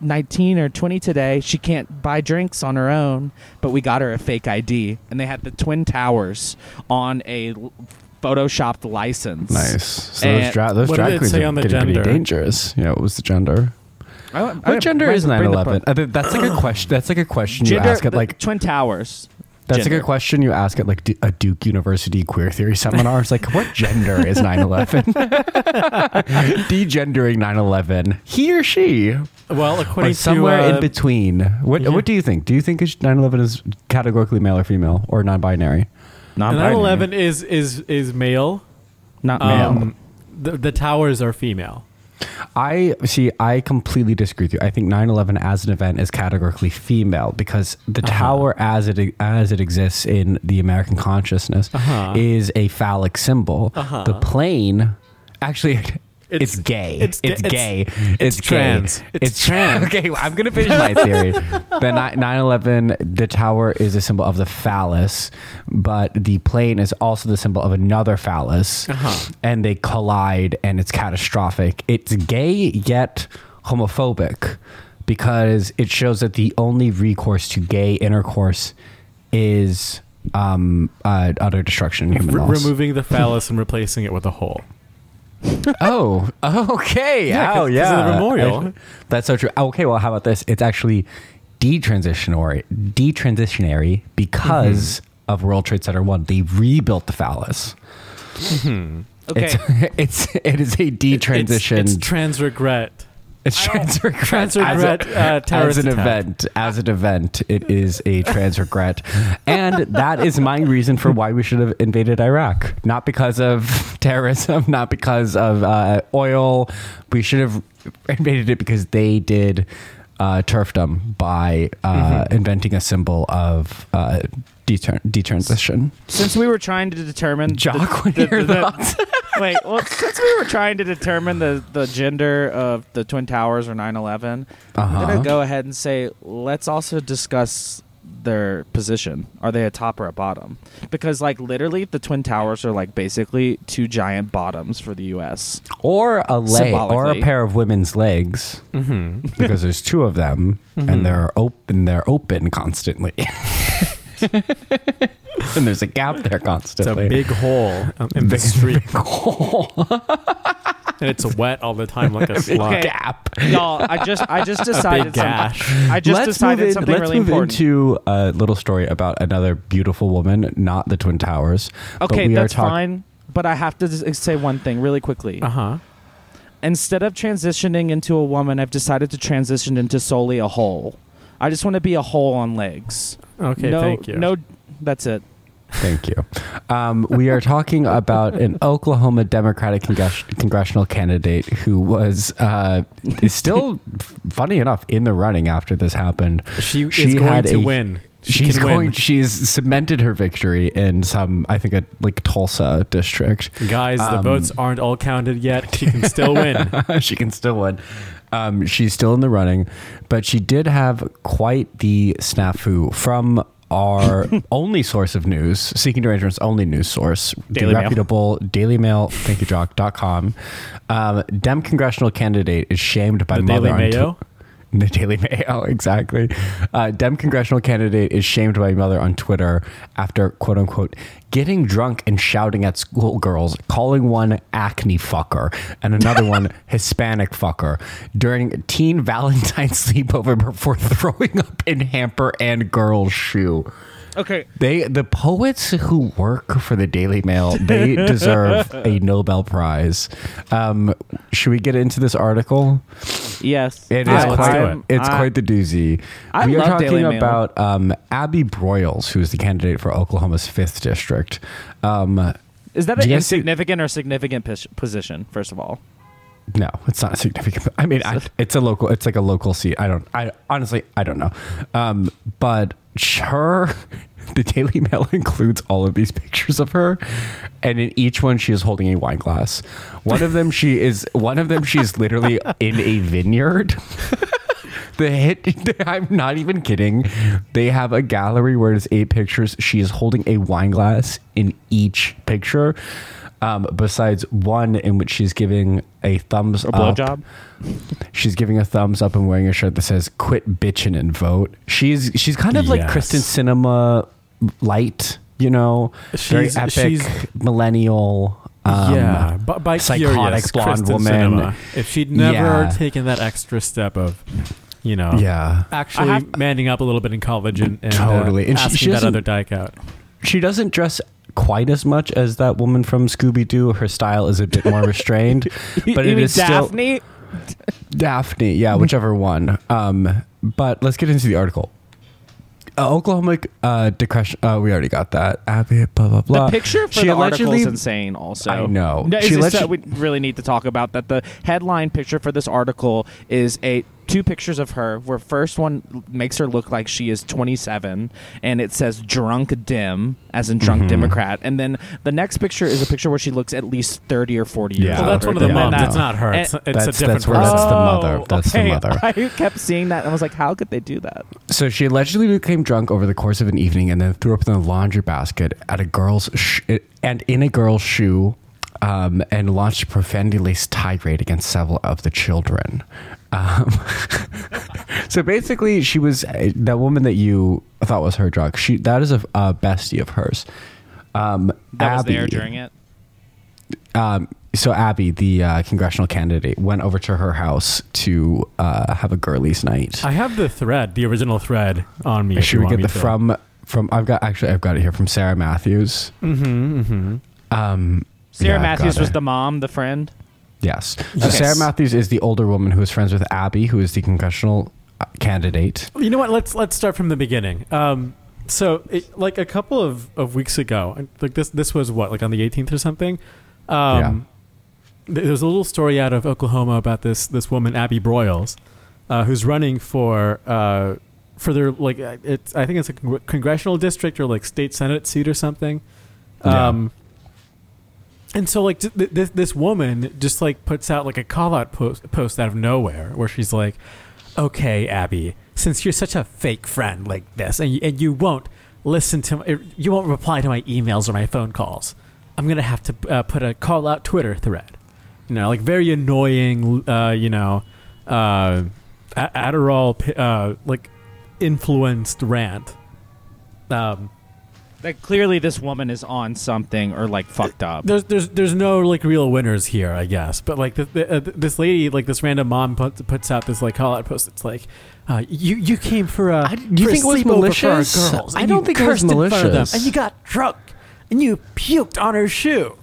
19 or 20 today. She can't buy drinks on her own, but we got her a fake ID. And they had the Twin Towers on a l- photoshopped license.
Nice. So
And
those, dra- those
what did
drag
it
queens
say
are
on the
getting pretty
gender?
dangerous. Yeah, what was the gender?
I- I-
What gender
bring-
is
bring the
9/11?
pro-
I mean, that's like a question. That's like a question
Gender,
you ask at like.
Twin Towers.
That's
gender.
like a question you ask at like D- a Duke University queer theory seminar. It's like, what gender is 9/11? Degendering 9/11. He or she,
Well,
or
according
somewhere
to uh,
in between. What
yeah.
What do you think? Do you think is 9/11 is categorically male or female or non-binary?
Not
9/11 is is is male.
Not male.
Um, the, the towers are female.
I see. I completely disagree with you. I think 9/11 as an event is categorically female because the
Uh-huh.
tower, as it as it exists in the American consciousness,
Uh-huh.
is a phallic symbol. The plane, actually. It's,
It's-
gay.
it's
It's,
ga- it's-
gay. It's, gay.
trans. It's trans.
Okay, well, I'm gonna finish my theory. The 9 11, the tower is a symbol of the phallus, but the plane is also the symbol of another phallus, and they collide, and it's catastrophic. It's gay yet homophobic because it shows that the only recourse to gay intercourse is um, uh, utter destruction and human
R-
loss.
removing the phallus and replacing it with a hole.
Oh, okay.
Yeah, 'cause-
oh,
'cause of
yeah.
the memorial.
I- that's so true. Okay, well, how about this? It's actually detransitionary, detransitionary because
Mm-hmm.
of World Trade Center One. They rebuilt the phallus.
okay.
It's it's it is a detransition.
It's, it's trans regret.
It's trans regret.
Trans
as a-
regret, uh, terrorist
as an
attack.
event. As an event, it is a trans regret, and that is my reason for why we should have invaded Iraq. Not because of terrorism, not because of uh, oil. We should have invaded it because they did uh, turfdom by uh, inventing a symbol of uh, deter- detransition.
since we were trying to determine
Jock, what are your thoughts?
wait well since we were trying to determine the the gender of the twin towers or 9-11 i'm
Uh-huh.
gonna go ahead and say let's also discuss their position are they a top or a bottom because like literally the twin towers are like basically two giant bottoms for the us
or a leg or
Symbolically.
a
Mm-hmm.
pair of women's legs because there's two of them and they're open they're open constantly and there's a gap there
It's a
constantly
big hole um, in the street,
hole
and it's wet all the time like a slot.
Okay.
gap
y'all i just i just decided
Big
some-
gash.
i just
let's
decided
move in,
something
let's
really
move
important
into a little story about another beautiful woman not the twin towers but
okay
we are
that's
talk-
fine but i have to just say one thing really quickly
Uh huh.
instead of transitioning into a woman, I've decided to transition into solely a hole. I just want to be a hole on legs.
Okay.
no,
thank you.
No, that's it.
Thank you. Um, we are talking about an Oklahoma Democratic congres- congressional candidate who was uh, is still, funny enough, in the running after this happened.
She, is going
had
to
a-
win. She
she's
can
going.
win.
She's cemented her victory in some, I think, a like Tulsa district.
Guys,
Um,
the votes aren't all counted yet. She can still win.
she can still win. Um, she's still in the running, but she did have quite the snafu from our only source of news, Seeking Derangement's only news source,
Daily
the
Mail.
reputable Daily Mail, thank you, Jock.com. Um, Dem congressional candidate is shamed by
The
mother
Daily
on Twitter.
Mayo.
The Daily Mail, exactly. Uh, Dem congressional candidate is shamed by mother on Twitter after "quote unquote" getting drunk and shouting at schoolgirls, calling one acne fucker and another one Hispanic fucker during a teen Valentine sleepover before throwing up in hamper and girl's shoe.
Okay.
They, the poets who work for the Daily Mail, they deserve a Nobel Prize. Um, should we get into this article?
Yes.
It is
Yeah, let's
quite.
do
I'm-
It's
I-
quite the doozy.
I
we are
love
talking
Daily Mail.
about um, Abby Broyles, who is the candidate for Oklahoma's fifth district. Um,
Is that an
Do you guys see-
insignificant or significant pos- position? First of all,
no, it's not significant. I mean, I, it's a local. It's like a local seat. I don't. I honestly, I don't know. Um, but her, the Daily Mail includes all of these pictures of her, and in each one she is holding a wine glass. One of them, she is. One of them, she is literally in a vineyard. The hit, I'm not even kidding. They have a gallery where it's eight pictures. She is holding a wine glass in each picture. Um, besides one in which she's giving a thumbs
Or
up.
blowjob.
She's giving a thumbs up and wearing a shirt that says "Quit bitching and vote." She's she's kind of like
Yes.
Kristen Cinema light, you know,
She's-
very epic
she's-
millennial. Um,
yeah, but by
psychotic
curious,
blonde
Kristen
woman.
Cinema, if she'd never
Yeah.
taken that extra step of, you know,
yeah.
actually
I have-
manning up a little bit in college and, and uh,
Totally. And she-
asking
she
that
doesn't-
other dyke out.
She doesn't dress quite as much as that woman from Scooby Doo. Her style is a bit more restrained,
You-
but
you
it
mean
is still
Daphne?
Daphne, yeah, whichever one. Um, but let's get into the article. Uh, Oklahoma uh, decretion. Uh, we already got that. Abby, blah blah
The
blah.
picture for
She
the article
allegedly-
is insane. Also,
I know.
No, is
She
this-
alleged-
uh, we really need to talk about that. The headline picture for this article is a two pictures of her. Where first one makes her look like she is 27, and it says "drunk dim" as in
Mm-hmm.
drunk Democrat, and then the next picture is a picture where she looks at least 30 or 40 years.
Yeah.
Well,
older.
that's one of the
Yeah,
moms.
no.
That's not her. It's,
And-
it's a Oh,
That's-
different
that's where that's
person.
the mother. That's the
okay.
mother.
I kept seeing that and I was like, how could they do that?
So she allegedly became drunk over the course of an evening and then threw up in the laundry basket at a girl's sh- and in a girl's shoe, um, and launched a profanity-laced tirade against several of the children. Um, so basically, she was uh, that woman that you thought was her drug. She that is a, a bestie of hers. Um,
That was there
Abby-
during it.
um, so Abby, the uh, congressional candidate, went over to her house to uh, have a girlies night.
I have the thread, the original thread on me. if
Should
you
we
want
get
me
the
to.
from from? I've got actually I've got it here from Sarah Matthews. Mm-hmm. Um,
Sarah
yeah, I've
Matthews
got
was
it.
the mom, the friend.
yes. So
Yes.
Sarah Matthews is the older woman who is friends with Abby, who is the congressional uh, candidate.
You know what? Let's let's start from the beginning. Um, so, it, like a couple of, of weeks ago, like this this was what like on the 18th or something. Um, th- There was a little story out of Oklahoma about this this woman Abby Broyles, uh, who's running for uh, for their like uh, it's I think it's a con- congressional district or like state senate seat or something.
Yeah.
Um, and so like th- th- this this woman just like puts out like a call out post post out of nowhere where she's like, "Okay, Abby, since you're such a fake friend like this, and you, and you won't listen to my, you won't reply to my emails or my phone calls, I'm gonna have to uh, put a call out Twitter thread, you know, like very annoying, uh, you know, uh, A- Adderall pi- uh, like influenced rant." Um,
Like clearly, this woman is on something or like fucked up.
there's there's there's no like real winners here, I guess. But like the, the, uh, this lady, like this random mom put, puts out this like call out post. It's like, uh, you you came for a
I- you
for a
think it
sleepover
was
for our
malicious?
girls,
I
and
don't
you
think it was
cursed in front of them,
malicious.
and you got drunk, and you puked on her shoe.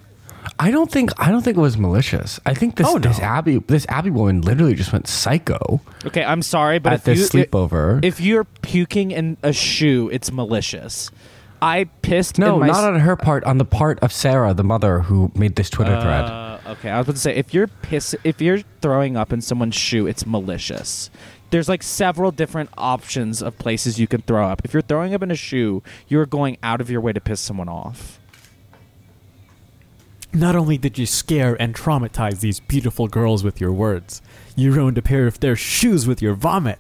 I don't think I don't think it was malicious. I think this
Oh, no.
this Abby this Abby woman literally just went psycho
Okay, I'm sorry, but
at
if
this
you,
sleepover.
If you're puking in a shoe, it's malicious. I pissed.
no,
in my
not on her part. On the part of Sarah, the mother who made this Twitter thread.
Uh, okay, I was about to say if you're piss, if you're throwing up in someone's shoe, it's malicious. There's like several different options of places you can throw up. If you're throwing up in a shoe, you're going out of your way to piss someone off.
Not only did you scare and traumatize these beautiful girls with your words, you ruined a pair of their shoes with your vomit,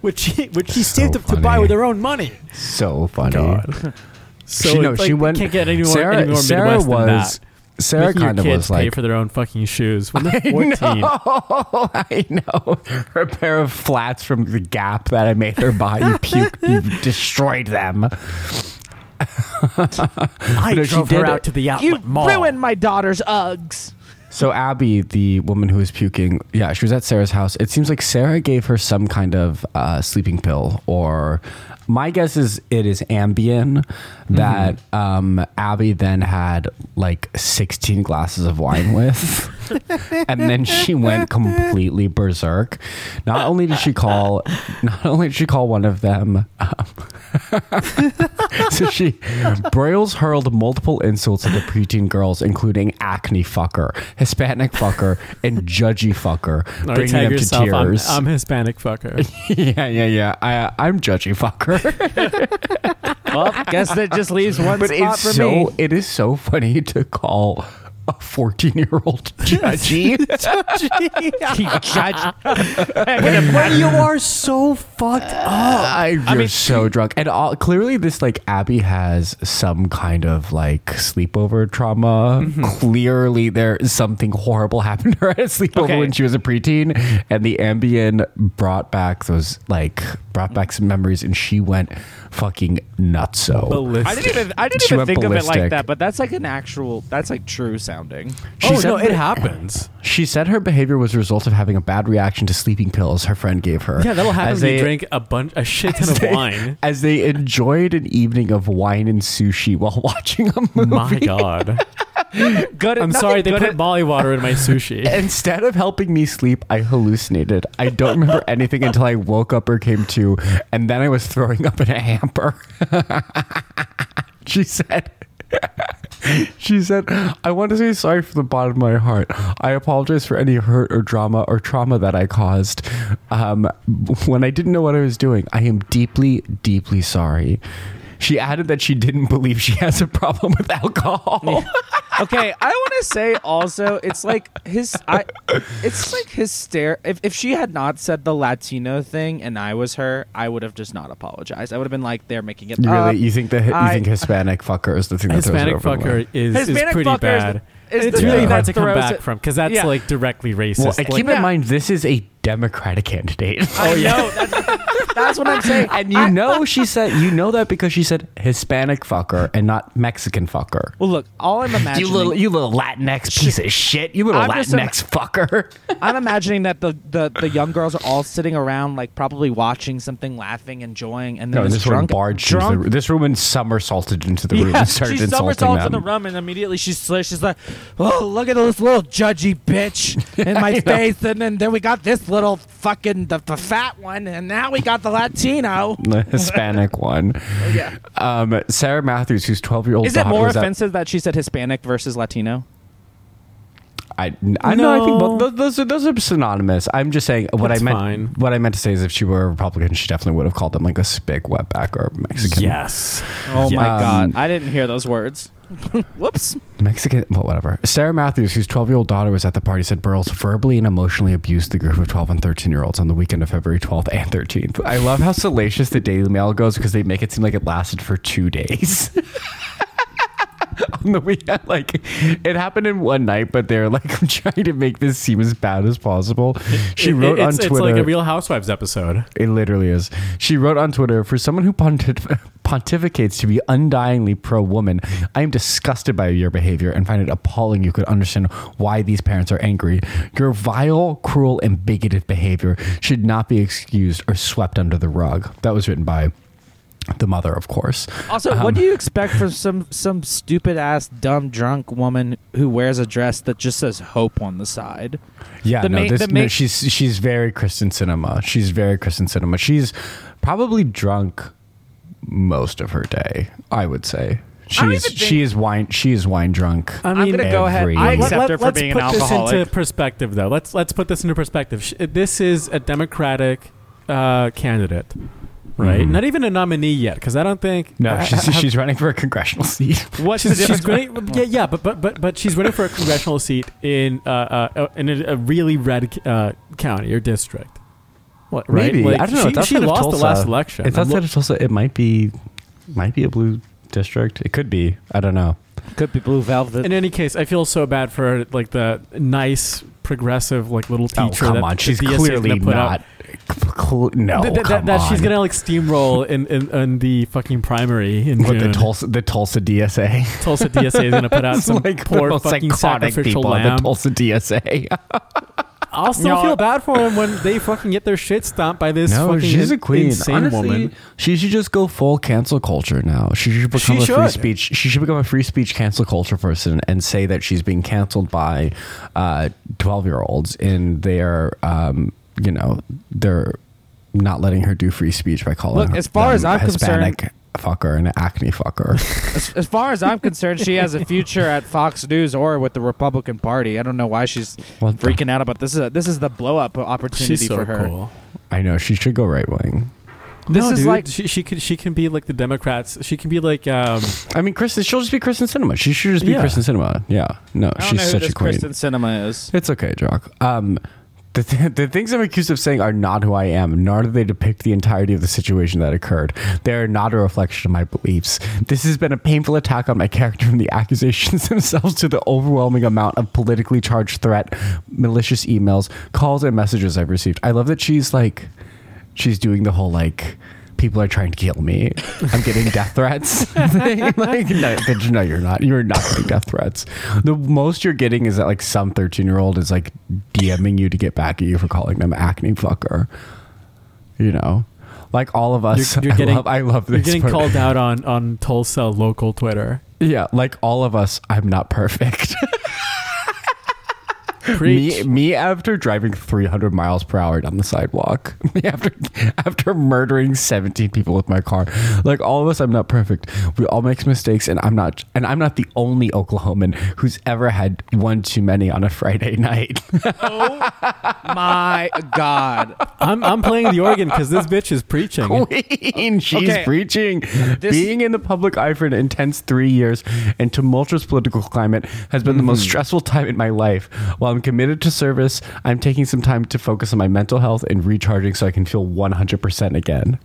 which she, which she saved up to buy
funny.
with her own money.
So funny.
God. So
she,
it's
no,
like
she
you
went.
Can't get any more,
Sarah,
any more
Sarah
Midwest
was.
than that.
Sarah
Making your
kind of
kids
was like,
pay for their own fucking shoes when they're 14.
Oh, I know. Her pair of flats from the gap that I made her buy, you puked, you destroyed them.
I
No, she
drove her
did
out
it.
to the outlet
You
mall.
ruined my daughter's Uggs.
So Abby, the woman who was puking, yeah, she was at Sarah's house. It seems like Sarah gave her some kind of uh, sleeping pill, or my guess is it is Ambien.
Mm-hmm.
That um, Abby then had like sixteen glasses of wine with, and then she went completely berserk. Not only did she call, not only did she call one of them. Um, so she Broyles hurled multiple insults at the preteen girls, including acne fucker, Hispanic fucker, and judgy fucker,
All right,
bringing
tag
them to
yourself, I'm-
tears.
I'm, Hispanic fucker.
yeah, yeah, yeah. I, I'm judgy fucker.
Well, guess that just leaves one
but
spot
it's
for
so
me.
it is so funny to call a 14 year old judge.
Judge.
you are so fucked
Uh,
up.
Oh, I, you're so drunk, and all, clearly this like Abby has some kind of like sleepover trauma.
Mm-hmm.
Clearly, there something horrible happened to her at a sleepover
Okay.
when she was a preteen, and the Ambien brought back those like brought back some memories, and she went fucking nuts. So
I didn't even I didn't
She
even
went
think of it like
ballistic.
that, but that's like an actual that's like true sounding.
she
oh
said
no, it
that-
happens.
She said her behavior was a result of having a bad reaction to sleeping pills her friend gave her.
Yeah, that'll happen
As
when you
they-
drink a bunch, a shit ton of
they-
wine.
As they enjoyed an evening of wine and sushi while watching a movie.
My God,
Good.
I'm
nothing
sorry they
good
put
at-
Molly water in my sushi.
Instead of helping me sleep, I hallucinated. I don't remember anything until I woke up or came to, and then I was throwing up in a hamper. she said. She said, I want to say sorry from the bottom of my heart. I apologize for any hurt or drama or trauma that I caused. Um, when I didn't know what I was doing, I am deeply, deeply sorry. She added that she didn't believe she has a problem with alcohol.
okay, I want to say also, it's like his. I, it's like hyster. If if she had not said the Latino thing and I was her, I would have just not apologized. I would have been like, they're making it up.
Really, you think the you
I-
think Hispanic fucker is the thing that
Hispanic
throws it over the
fucker
line?
is, is
Hispanic
pretty
fucker is
bad.
the- is
it's
the
really
thing
hard
that
to come
throws
back
it-
from because that's
Yeah.
like directly racist.
Well, and
Like,
keep
yeah.
in mind this is a Democratic candidate,
I know. That's, that's what I'm saying.
and you know she said you know that because she said Hispanic fucker and not Mexican fucker.
Well, look, all I'm imagining.
You little you little Latinx piece of shit. You little
I'm just im-
Latinx fucker.
I'm imagining that the, the, the young girls are all sitting around, like probably watching something, laughing, enjoying, and then
No, this woman
drunk,
barged into
drunk
the, this woman somersaulted into the room
Yeah,
and started
she
insulting
somersaults in
them.
the room, and immediately she slips. She's like, "Oh, look at this little judgy bitch in my face," and then, then we got this little fucking the, the fat one, and now we got the Latino.
the Hispanic one.
Oh, Yeah.
Um, Sarah Matthews, whose twelve year old
Is it
daughter
more
was at-
offensive that she said Hispanic versus Latino?
I, I know. I think
No.
both, tho- those are those are synonymous. I'm just saying what
That's
I meant.
fine.
What I meant to say is, if she were a Republican, she definitely would have called them like a spig, wetback, or Mexican.
yes.
Oh my
Um,
god, I didn't hear those words. Whoops.
Mexican. Well, whatever. Sarah Matthews, whose 12 year old daughter was at the party, said Burles verbally and emotionally abused the group of 12 and 13 year olds on the weekend of February 12th and 13th. I love how salacious the Daily Mail goes because they make it seem like it lasted for two days. on the weekend. Like it happened in one night, but they're like trying to make this seem as bad as possible. She
It-
wrote
it's,
on
It's
Twitter.
like a Real Housewives episode.
It literally is. She wrote on Twitter For someone who pontif- pontificates to be undyingly pro woman, I am disgusted by your behavior and find it appalling you could understand why these parents are angry. Your vile, cruel, and bigoted behavior should not be excused or swept under the rug. That was written by the mother, of course.
Also, what
Um,
do you expect from some some stupid ass dumb drunk woman who wears a dress that just says hope on the side?
Yeah,
The
no,
main-
this,
the
no,
main-
she's she's very Kristen Cinema. She's very Kristen Cinema. She's probably drunk most of her day. I would say
don't
she's
even think-
she is wine she is wine drunk.
I
I'm
mean,
gonna go ahead.
every-
I
Let-
accept her for
let's
being an
put
alcoholic.
This into perspective, though. Let's let's put this into perspective. Sh- This is a Democratic uh, candidate, right?
Mhm.
Not even a nominee yet, because I don't think.
no,
I- I
she's
have-
she's running for a congressional seat.
What's the
She's,
difference?
she's running, yeah, yeah, but but but but she's running for a congressional seat in uh, uh, in a, a really red uh, county or district. What? Right?
Maybe
Like,
I don't know.
She,
It's outside
she
of
lost
Tulsa.
the last election.
It's
I'm
outside
look-
of Tulsa. It might be might be a blue district. It could be. I don't know.
Could be blue velvet.
in any case, I feel so bad for like the nice progressive like little teacher.
Oh come
that
on,
the
she's
DSA is
clearly
gonna put up.
not. cl- no,
Th- th- that,
Oh, come
that she's
on.
gonna like steamroll in, in, in the fucking primary in
What, the
June.
Tulsa the Tulsa DSA.
Tulsa DSA is gonna put out
It's
some
like the
poor
most
fucking
psychotic
sacrificial
people at
lamb.
the Tulsa DSA.
I'll still
No.
feel bad for them when they fucking get their shit stomped by this
No,
fucking
she's a
in-
queen.
insane
Honestly,
woman.
she should just go full cancel culture now. She should become
She
a free
should.
speech. She should become a free speech cancel culture person and say that she's being canceled by uh, twelve year olds in their, um, you know, they're not letting her do free speech by calling
Look,
her
as far as
them
I'm
a Hispanic fucker and an acne fucker.
As, as far as I'm concerned, she has a future at Fox News or with the Republican Party. I don't know why she's
What the-
freaking out about this. Is a, this is the blow up opportunity
She's so
for her.
cool.
I know she should go right wing.
This
no,
is
dude.
like
she, she can she can be like the Democrats. She can be like um
I mean, Kristen, she'll just be Kristen Cinema. She should just be
Yeah.
Kristen Cinema. Yeah. No,
I don't know
she's
who
such
this
a queen.
Kristen Cinema is.
It's okay, Jock. Um, the, th- the things I'm accused of saying are not who I am, nor do they depict the entirety of the situation that occurred. They are not a reflection of my beliefs. This has been a painful attack on my character from the accusations themselves to the overwhelming amount of politically charged threat, malicious emails, calls, and messages I've received. I love that she's like, she's doing the whole like, people are trying to kill me. I'm getting death threats. thing. like, no, bitch, no, you're not. You're not getting death threats. The most you're getting is that like some 13 year old is like DMing you to get back at you for calling them acne fucker. You know, like all of us.
you're, you're
I
getting
love, I love
you're
this.
getting
part.
called out on on Tulsa local Twitter.
Yeah, like all of us. I'm not perfect.
Preach.
me, me after driving 300 miles per hour down the sidewalk. Me after after murdering 17 people with my car. Like all of us, I'm not perfect. We all make mistakes, and I'm not. And I'm not the only Oklahoman who's ever had one too many on a Friday night.
My God.
I'm I'm playing the organ because this bitch is preaching.
Queen, she's
Okay.
preaching.
This-
Being in the public eye for an intense three years and tumultuous political climate has been the most
Mm-hmm.
stressful time in my life. While I'm committed to service, I'm taking some time to focus on my mental health and recharging so I can feel 100% again.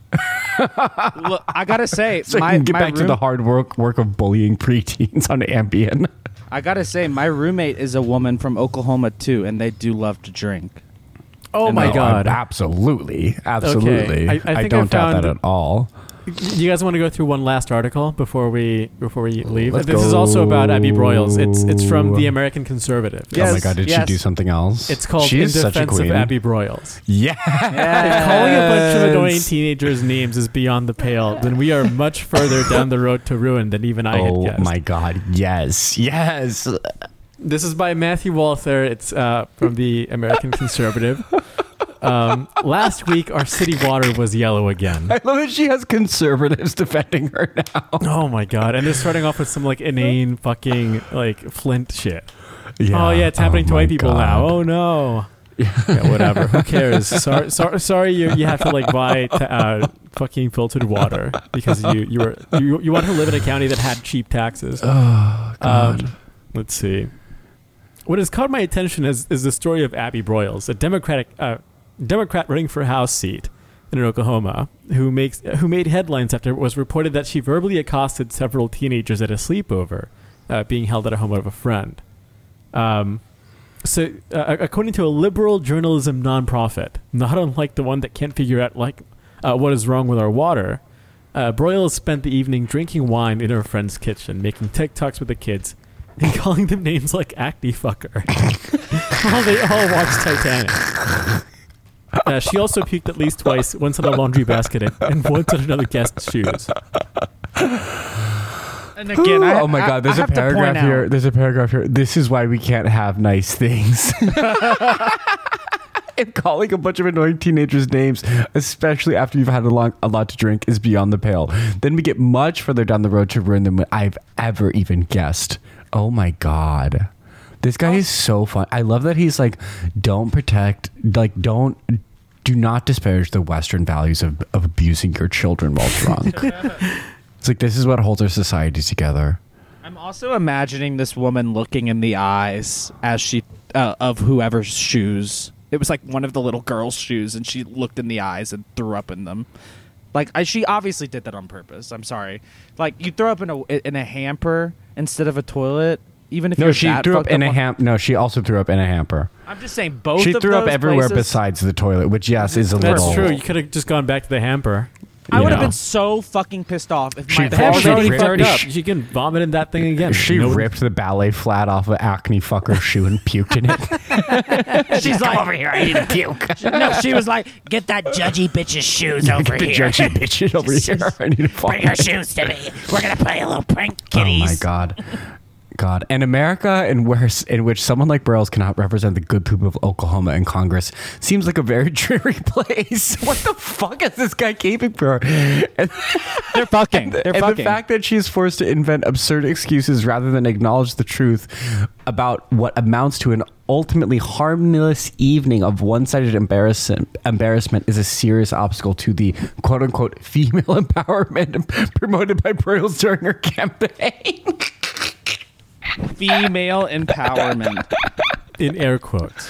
Look, I gotta say,
So I
my,
can get
my
back to
room-
the hard work work of bullying preteens on Ambien.
I gotta say, my roommate is a woman from Oklahoma too, and they do love to drink.
Oh my
No,
god.
Absolutely. Absolutely.
I- I
I,
think I
don't doubt
found-
that at all.
You guys want to go through one last article before we before we leave?
Let's
this is also about Abby Broyles. It's it's from
go.
the American Conservative.
Yeah.
oh my
Yes,
God, did
yes.
she do something else?
It's called
She
In
is such a
Defense of
queen.
Abby Broyles.
Yeah.
Calling a bunch of annoying
Yes.
teenagers names is beyond the pale. Then we are much further down the road to ruin than even I
oh
had guessed.
my god yes yes
This is by Matthew Walther. It's uh, from the American Conservative. Um, last week, our city water was yellow again.
i love that she has conservatives defending her now
Oh my god! And they're starting off with some like inane fucking like Flint shit. Oh yeah, it's happening to
my
white people now.
God.
Oh no. yeah, whatever. Who cares? Sorry, sorry, sorry. You you have to like buy t- uh, fucking filtered water because you you were you, you want to live in a county that had cheap taxes. Oh god. let's see. What has caught my attention is is the story of Abby Broyles, a Democratic uh, Democrat running for House seat in Oklahoma, who makes who made headlines after it was reported that she verbally accosted several teenagers at a sleepover, uh, being held at a home of a friend. Um, so, uh, according to a liberal journalism nonprofit, not unlike the one that can't figure out like uh, what is wrong with our water, uh, Broyles spent the evening drinking wine in her friend's kitchen, making TikToks with the kids, and calling them names like acne fucker while they all watched Titanic. Uh, she also puked at least twice, once on a laundry basket and- and once on another guest's shoes.
And again, I,
oh my
I-
god there's
I
a
have to point
paragraph
out-
here there's a paragraph here this is why we can't have nice things and calling a bunch of annoying teenagers names especially after you've had a, long, a lot to drink is beyond the pale then we get much further down the road to ruin than i've ever even guessed oh my god this guy is so fun i love that he's like don't protect like don't do not disparage the western values of, of abusing your children while drunk it's like this is what holds our society together
I'm also imagining this woman looking in the eyes as she uh, of whoever's shoes. It was like one of the little girl's shoes, and she looked in the eyes and threw up in them. Like I, she obviously did that on purpose. I'm sorry. Like you throw up in a in a hamper instead of a toilet, even if
No,
you're
she
that
threw up
fucked
in a
on-
hamper. No, she also threw up in a hamper.
I'm just saying both.
she
of
threw up
those
everywhere
places-
besides the toilet, which yes is a
That's
little.
true. You could have just gone back to the hamper.
I
you
would have
know.
been so fucking pissed off if
She
my
The
The
hamper's
hamper's already
She
fucked
ripped-
up.
she-
She can vomit in that thing again.
She
No-
ripped the ballet flat off of acne fucker shoe and puked in it.
She's like,
here, I need a puke.
no, she was like,
Get that judgy bitch's shoes over
the
here.
jerky bitches over here. I need to
Bring
vomit.
her shoes to me. We're gonna play a little prank,
Oh my
kitties.
god. God, and America, in worse, in which someone like Burroughs cannot represent the good people of Oklahoma in Congress, seems like a very dreary place. what the fuck is this guy caping for? And,
They're fucking. They're
and
fucking.
the fact that she's forced to invent absurd excuses rather than acknowledge the truth about what amounts to an ultimately harmless evening of one-sided embarrassment embarrassment is a serious obstacle to the quote-unquote female empowerment promoted by Burroughs during her campaign.
female empowerment.
in air quotes.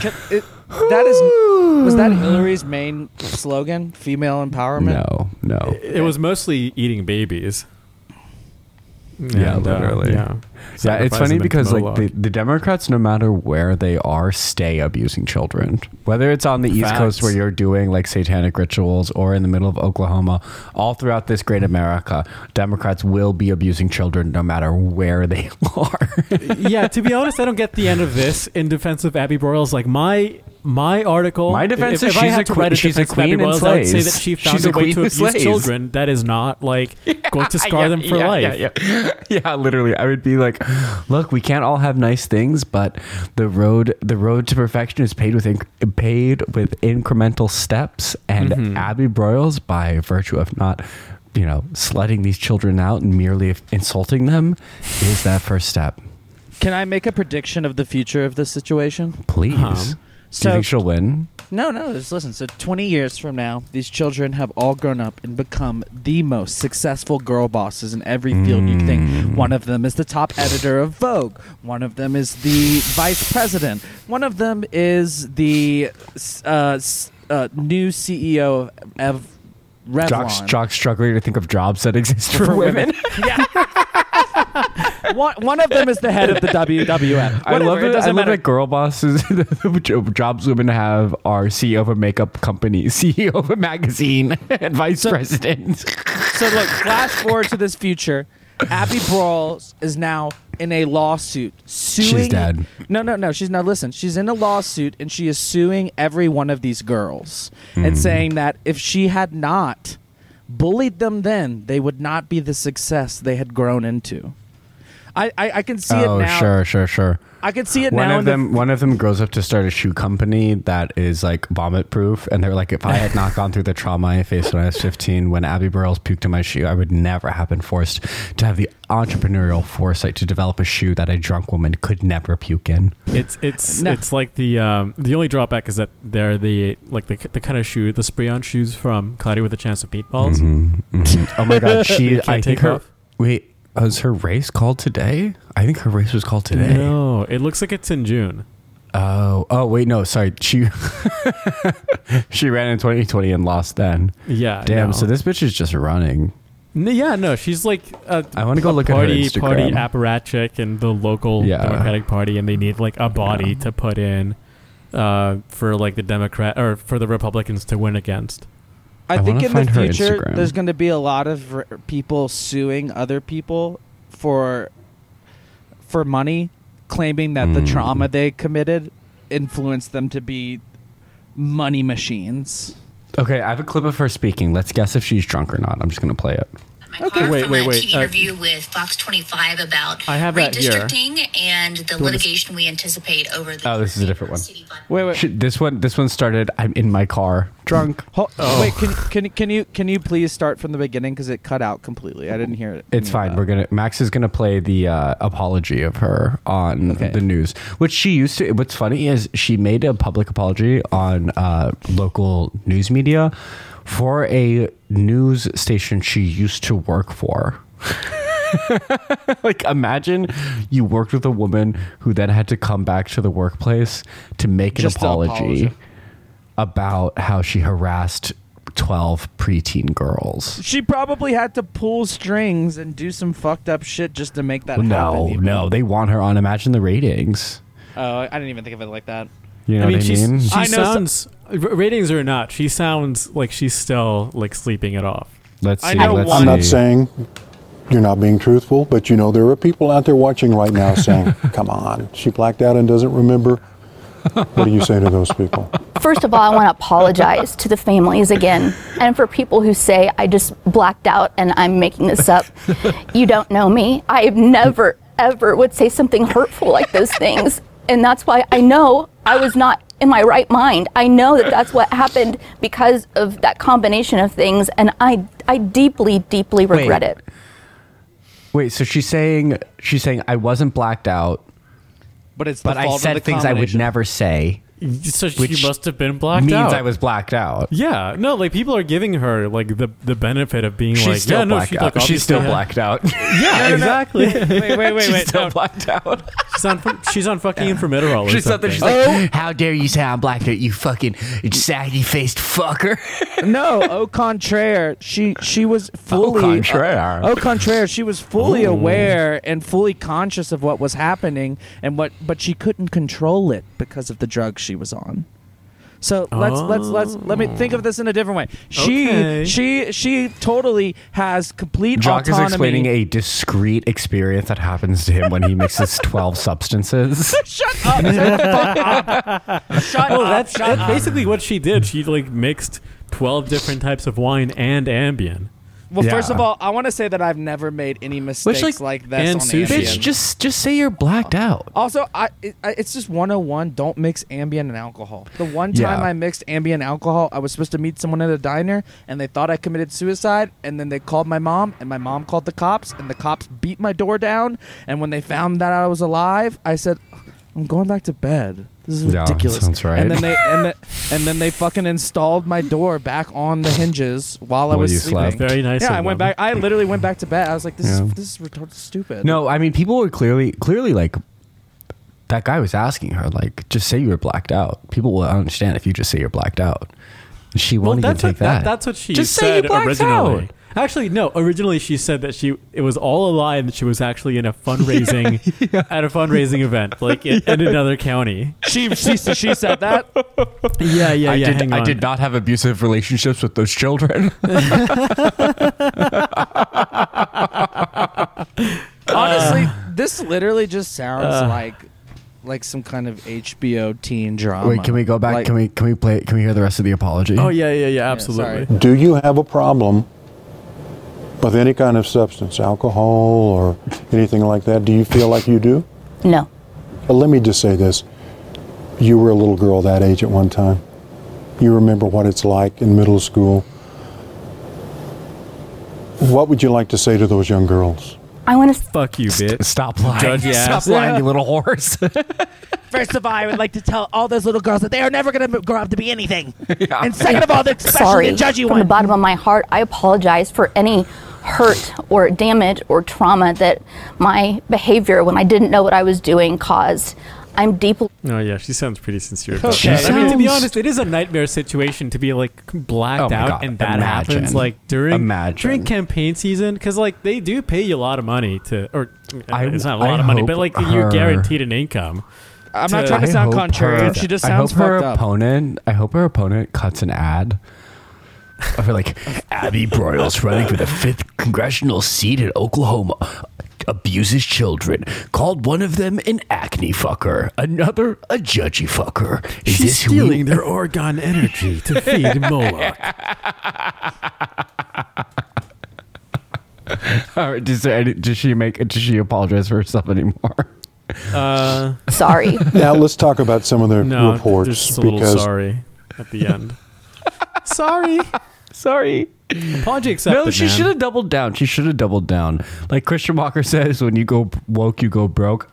Can- it- that is. Was that Hillary's main slogan? Female empowerment.
No, no.
It was mostly eating babies.
Yeah,
And, uh,
literally.
yeah.
Yeah, it's
Sacrificing
funny
them to
because like
Moloch.
the, the Democrats, no matter where they are, stay abusing children. Whether it's on the East Coast
Facts.
where you're doing like satanic rituals, or in the middle of Oklahoma, all throughout this great America, Democrats will be abusing children no matter where they are.
yeah, to be honest, I don't get the end of this in defense of Abby Broyles. Like my my article,
My defense
if,
is
if
she's
I
a
had to
queen-
write a
she's a
defense of Abby
queen and
Broyles, I would say that
slays.
she found
She's
a
a
way
queen
to
and
abuse
slays.
children. That is not like going to scar them for
yeah,
life.
Yeah, yeah. yeah, literally. I would be like, look, we can't all have nice things, but the road the road to perfection is paid with inc- paid with incremental steps. And
Mm-hmm.
Abby Broyles, by virtue of not, you know, sledding these children out and merely insulting them, is that first step.
Can I make a prediction of the future of this situation?
Please.
Uh-huh.
Do you
So
think she'll win?
no, no. Just listen. So twenty years from now, these children have all grown up and become the most successful girl bosses in every field you think. One of them is the top editor of Vogue. One of them is the vice president. One of them is the uh, s- uh, new CEO of, of Revlon.
Jock's, Jock's struggling to think of jobs that exist for, women.
one, one of them is the head of the WWF.
I
Whatever,
love it.
It
I
doesn't
love
matter.
that girl bosses, the jo- jobs women have, are CEO of a makeup company, CEO of a magazine, and vice president.
So look, flash forward to this future. Abby Brawls is now in a lawsuit suing.
She's dead.
No, no, no. She's now listen. She's in a lawsuit and she is suing every one of these girls
Mm-hmm.
and saying that if she had not bullied them, then they would not be the success they had grown into. I, I, I can see it now.
Oh, sure, sure.
I can see it
One
now.
of
in the-
them, one of them grows up to start a shoe company that is like vomit proof, and they're like, if I had not gone through the trauma I faced when I was 15, when Abby Burrells puked in my shoe, I would never have been forced to have the entrepreneurial foresight to develop a shoe that a drunk woman could never puke in.
It's it's
No.
it's like the um, the only drawback is that they're the like the, the kind of shoe the spray on shoes from Cloudy with a Chance of Meatballs.
Oh my god, she.
can't
I think
take
her.
off.
Wait, was her race called today? I think her race was called today.
No, it looks like it's in June.
Oh, oh wait, no, sorry. She she ran in 2020 and lost then.
Yeah,
Damn.
no.
So this bitch is just running.
N- yeah, no, she's like a
I want to go look
party
at her Instagram.
party apparatchik in the local
Yeah.
Democratic Party, and they need like a body to put in uh, for like the Democrat or for the Republicans to win against.
I,
I
think
wanna
in the
find her
future
Instagram.
there's going to be a lot of r- people suing other people for for money, claiming that the
Mm.
trauma they committed influenced them to be money machines.
Okay, I have a clip of her speaking. Let's guess if she's drunk or not. I'm just gonna play it.
my part
Wait,
from
wait,
a
wait,
TV
uh,
review with Fox 25 about
I have that here.
redistricting and the litigation we anticipate over the.
Oh, this is a different one.
City by-
Wait, wait,
She- This one, this one started. I'm in my car, drunk.
hol-
Oh.
wait. Can, can can you can you please start from the beginning because it cut out completely. I didn't hear it.
It's fine. We're gonna Max is gonna play the uh, apology of her on
Okay.
the news, which she used to. What's funny is she made a public apology on uh, local news media for a news station she used to work for. like imagine you worked with a woman who then had to come back to the workplace to make
Just
an
to
apology
apologize.
about how she harassed 12 preteen girls.
She probably had to pull strings and do some fucked up shit just to make that happen.
No,
even.
no, they want her on. Imagine the ratings.
Oh, I didn't even think of it like that.
You know
I mean,
what I
she's-
mean?
she
I know some-
sounds r- ratings or not, she sounds like she's still like sleeping it off.
let's
I
see.
know
let's
one-
I'm not
see.
saying you're not being truthful, but you know, there are people out there watching right now saying, come on, she blacked out and doesn't remember. What do you say to those people?
First of all, I want to apologize to the families again and for people who say I just blacked out and I'm making this up. You don't know me. I have never, ever would say something hurtful like those things. And that's why I know I was not in my right mind. I know that that's what happened because of that combination of things. And I, I deeply, deeply regret
Wait.
it.
Wait, so she's saying she's saying I wasn't blacked out,
But it's the
but I
fault of the
said things I would
combination.
never say.
So she
Which
must have been blacked
means
out.
I was blacked out.
Yeah, no, like people are giving her like the the benefit of being
She's
like,
still
yeah, no,
blacked
she's
out.
like,
she's "Oh,
obviously-
still blacked out.
Yeah, exactly.
Wait, wait, wait,
she's
wait.
still
no.
blacked out.
she's on she's on fucking infermeterol. or
She's up
something.
there. She's like, "How dare you say I'm blacked out? You fucking saggy faced fucker."
no, au contraire, she she was fully uh,
contraire.
au contraire, she was fully aware and fully conscious of what was happening and what, but she couldn't control it because of the drug she was on. So let's let's let's let me think of this in a different way. She
Okay.
she she totally has complete
Jock is
autonomy.
explaining a discrete experience that happens to him when he mixes twelve substances.
Shut up! Shut the fuck up! Shut
oh,
up!
that's,
shut
that's
up.
basically what she did. She like mixed twelve different types of wine and Ambien.
Well, first
Yeah.
of all, I want to say that I've never made any mistakes
like,
like this on
and sushi.
Ambien.
Bitch, just just say you're blacked out.
Also, I, it, I it's just 101. Don't mix Ambien and alcohol. The one
Yeah.
time I mixed Ambien and alcohol, I was supposed to meet someone at a diner, and they thought I committed suicide, and then they called my mom, and my mom called the cops, and the cops beat my door down, and when they found that I was alive, I said, "I'm going back to bed." This is
Yeah,
ridiculous.
sounds right.
And then they and, the, and then they fucking installed my door back on the hinges while I
While
was
you
sleeping.
slept.
Very nice
Yeah,
of
I went
them.
back. I literally went back to bed. I was like, "This
Yeah.
is this is retarded stupid."
No, I mean people were clearly clearly like that guy was asking her like just say you were blacked out. People will understand if you just say you're blacked out. And she
Well,
won't even
that's
take
what,
that.
That's what she
Just say you
said
blacked
originally.
out.
Actually, no. Originally, she said that she it was all a lie and that she was actually in a fundraising at a fundraising event, like in, in another county.
she she, she said that.
Yeah, yeah,
I
yeah.
did.
hang
I
on.
did not have abusive relationships with those children.
Uh, Honestly, this literally just sounds like like some kind of HBO teen drama.
Wait, can we go back?
Like-
can we can we play? Can we hear the rest of the apology?
Oh yeah, yeah, yeah. Absolutely.
sorry.
Do you have a problem with any kind of substance, alcohol or anything like that? Do you feel like you do?
No.
But let me just say this. You were a little girl that age at one time. You remember what it's like in middle school. What would you like to say to those young girls?
I want to
Fuck you, bitch.
Stop lying!
Judge your
Stop
ass.
lying, you little horse!
First of all, I would like to tell all those little girls that they are never going to grow up to be anything. And second of all, they're especially
sorry
the judgy
from the
one.
bottom of my heart. I apologize for any hurt or damage or trauma that my behavior when I didn't know what I was doing caused. I'm deeply
Oh yeah, she sounds pretty sincere. About
Oh, She
that. I mean, to be
sounds-
honest, it is a nightmare situation to be like
Oh
blacked
my
out,
God,
and that
imagine.
happens like during
Imagine.
during campaign season because like they do pay you a lot of money to, or
I-
it's not a
I
lot of money,
hope
but like
her-
you're guaranteed an income.
I'm not
to-
trying to
I
sound
hope
contrary.
her-
she just
I
sounds
hope her
fucked up.
opponent. I hope her opponent cuts an ad. I feel like Abby Broyles running for the fifth congressional seat in Oklahoma abuses children. Called one of them an acne fucker, another a judgy fucker. Is
She's
this who we-
stealing their Oregon energy to feed Moloch.
Or does, there any- does she make? Does she apologize for herself anymore?
Uh,
sorry.
Now let's talk about some of the
no,
reports
just a little
because
sorry at the end. sorry,
Sorry.
apology accepted.
No, she
man.
should have doubled down. She should have doubled down. Like Christian Walker says, when you go woke, you go broke.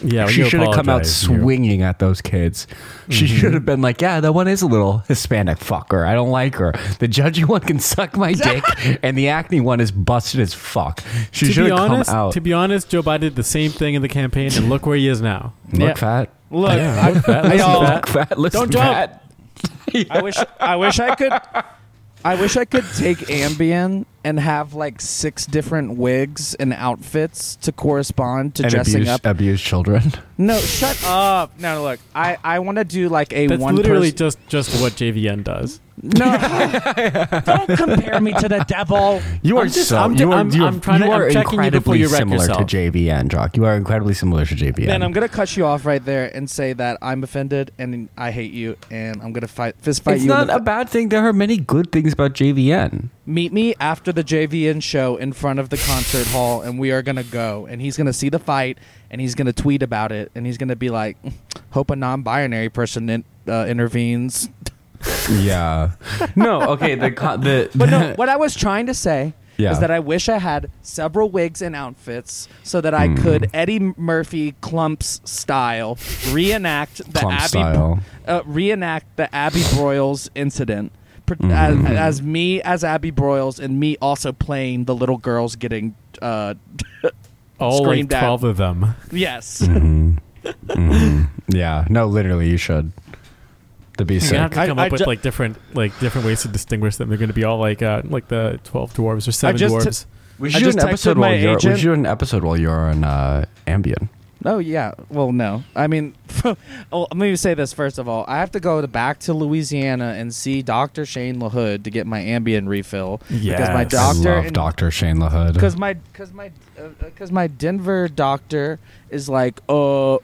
Yeah, when
she
you
should have come out
apologize, you- Mm-hmm.
swinging at those kids. She should have been like, "Yeah, that one is a little Hispanic fucker. I don't like her. The judgy one can suck my dick, and the acne one is busted as fuck." She
To
should
be
have come
honest,
out.
to be honest, Joe Biden did the same thing in the campaign, and look where he is now.
look
Yeah.
fat.
Look,
Yeah, look fat. Listen,
y'all-
fat.
Look fat. Listen
Don't jump.
fat.
I wish I wish I could I wish I could take Ambien and have like six different wigs and outfits to correspond to
And
dressing
abuse,
up.
abuse children.
No, shut up. No, look. I I want to do like a
That's
one
literally
person-
just just what JVN does.
No, don't compare me to the devil.
You are
I'm just-
so.
I'm-
you are,
I'm-
you are,
I'm trying to-
you
I'm
are
checking you before
incredibly
you wreck
similar
yourself.
to JVN, Jock. You are incredibly similar to JVN.
Then I'm gonna cut you off right there and say that I'm offended and I hate you and I'm gonna fight fist fight
it's
you. in
not
the-
a bad thing. There are many good things about JVN.
Meet me after the JVN show in front of the concert hall and we are gonna go and he's gonna see the fight and he's gonna tweet about it and he's gonna be like, hope a non-binary person in, uh, intervenes.
Yeah. no. Okay. The con- the.
But no, what I was trying to say
Yeah.
is that I wish I had several wigs and outfits so that
Hmm.
I could Eddie Murphy clumps style reenact the
Clump
Abby
style.
Uh, reenact the Abby Broyles incident. pr-
Mm-hmm.
As, as me as Abby Broyles and me also playing the little girls getting uh
All like
Screamed at.
twelve of them.
yes
Mm-hmm. yeah. No. Literally, you should. To be
You're gonna
sick.
have to come
I-
up
I
with
ju-
like different like different ways to distinguish them. They're gonna be all like uh, like the twelve dwarves or seven
just t-
dwarves.
We
I
should do
just
an
texted
episode
my
while you're. We
agent.
should do an episode while you're on uh, Ambien.
Oh yeah. Well, no. I mean, well, let me say this first of all. I have to go to back to Louisiana and see Doctor Shane LaHood to get my Ambien refill because my
Yes. I
doctor
I love Doctor Shane LaHood.
because my because my because my Denver doctor is like, uh,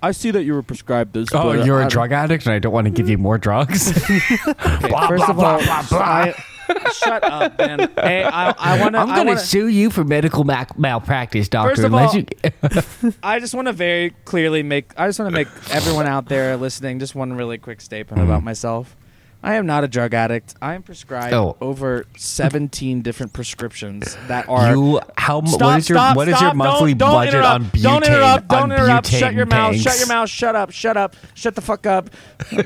I see that you were prescribed this.
Oh,
but
you're
I
a
don't-
drug addict, and I don't want to give you more drugs.
Okay, first of all, I- shut up, man. Hey, I, I want to.
I'm going to sue you for medical mal- malpractice, doctor.
First of
unless
all-
you,
I just want to very clearly make. I just want to make everyone out there listening just one really quick statement about
Mm-hmm.
myself. I am not a drug addict. I am prescribed
Oh.
over seventeen different prescriptions that are.
you how mu-
Stop,
what is your
stop,
what is your
stop.
monthly
don't, don't
budget
interrupt,
on butane?
Don't interrupt.
on
Don't interrupt. Shut
butane
your mouth. Shut
tanks?
your mouth. Shut up. Shut up. Shut the fuck up.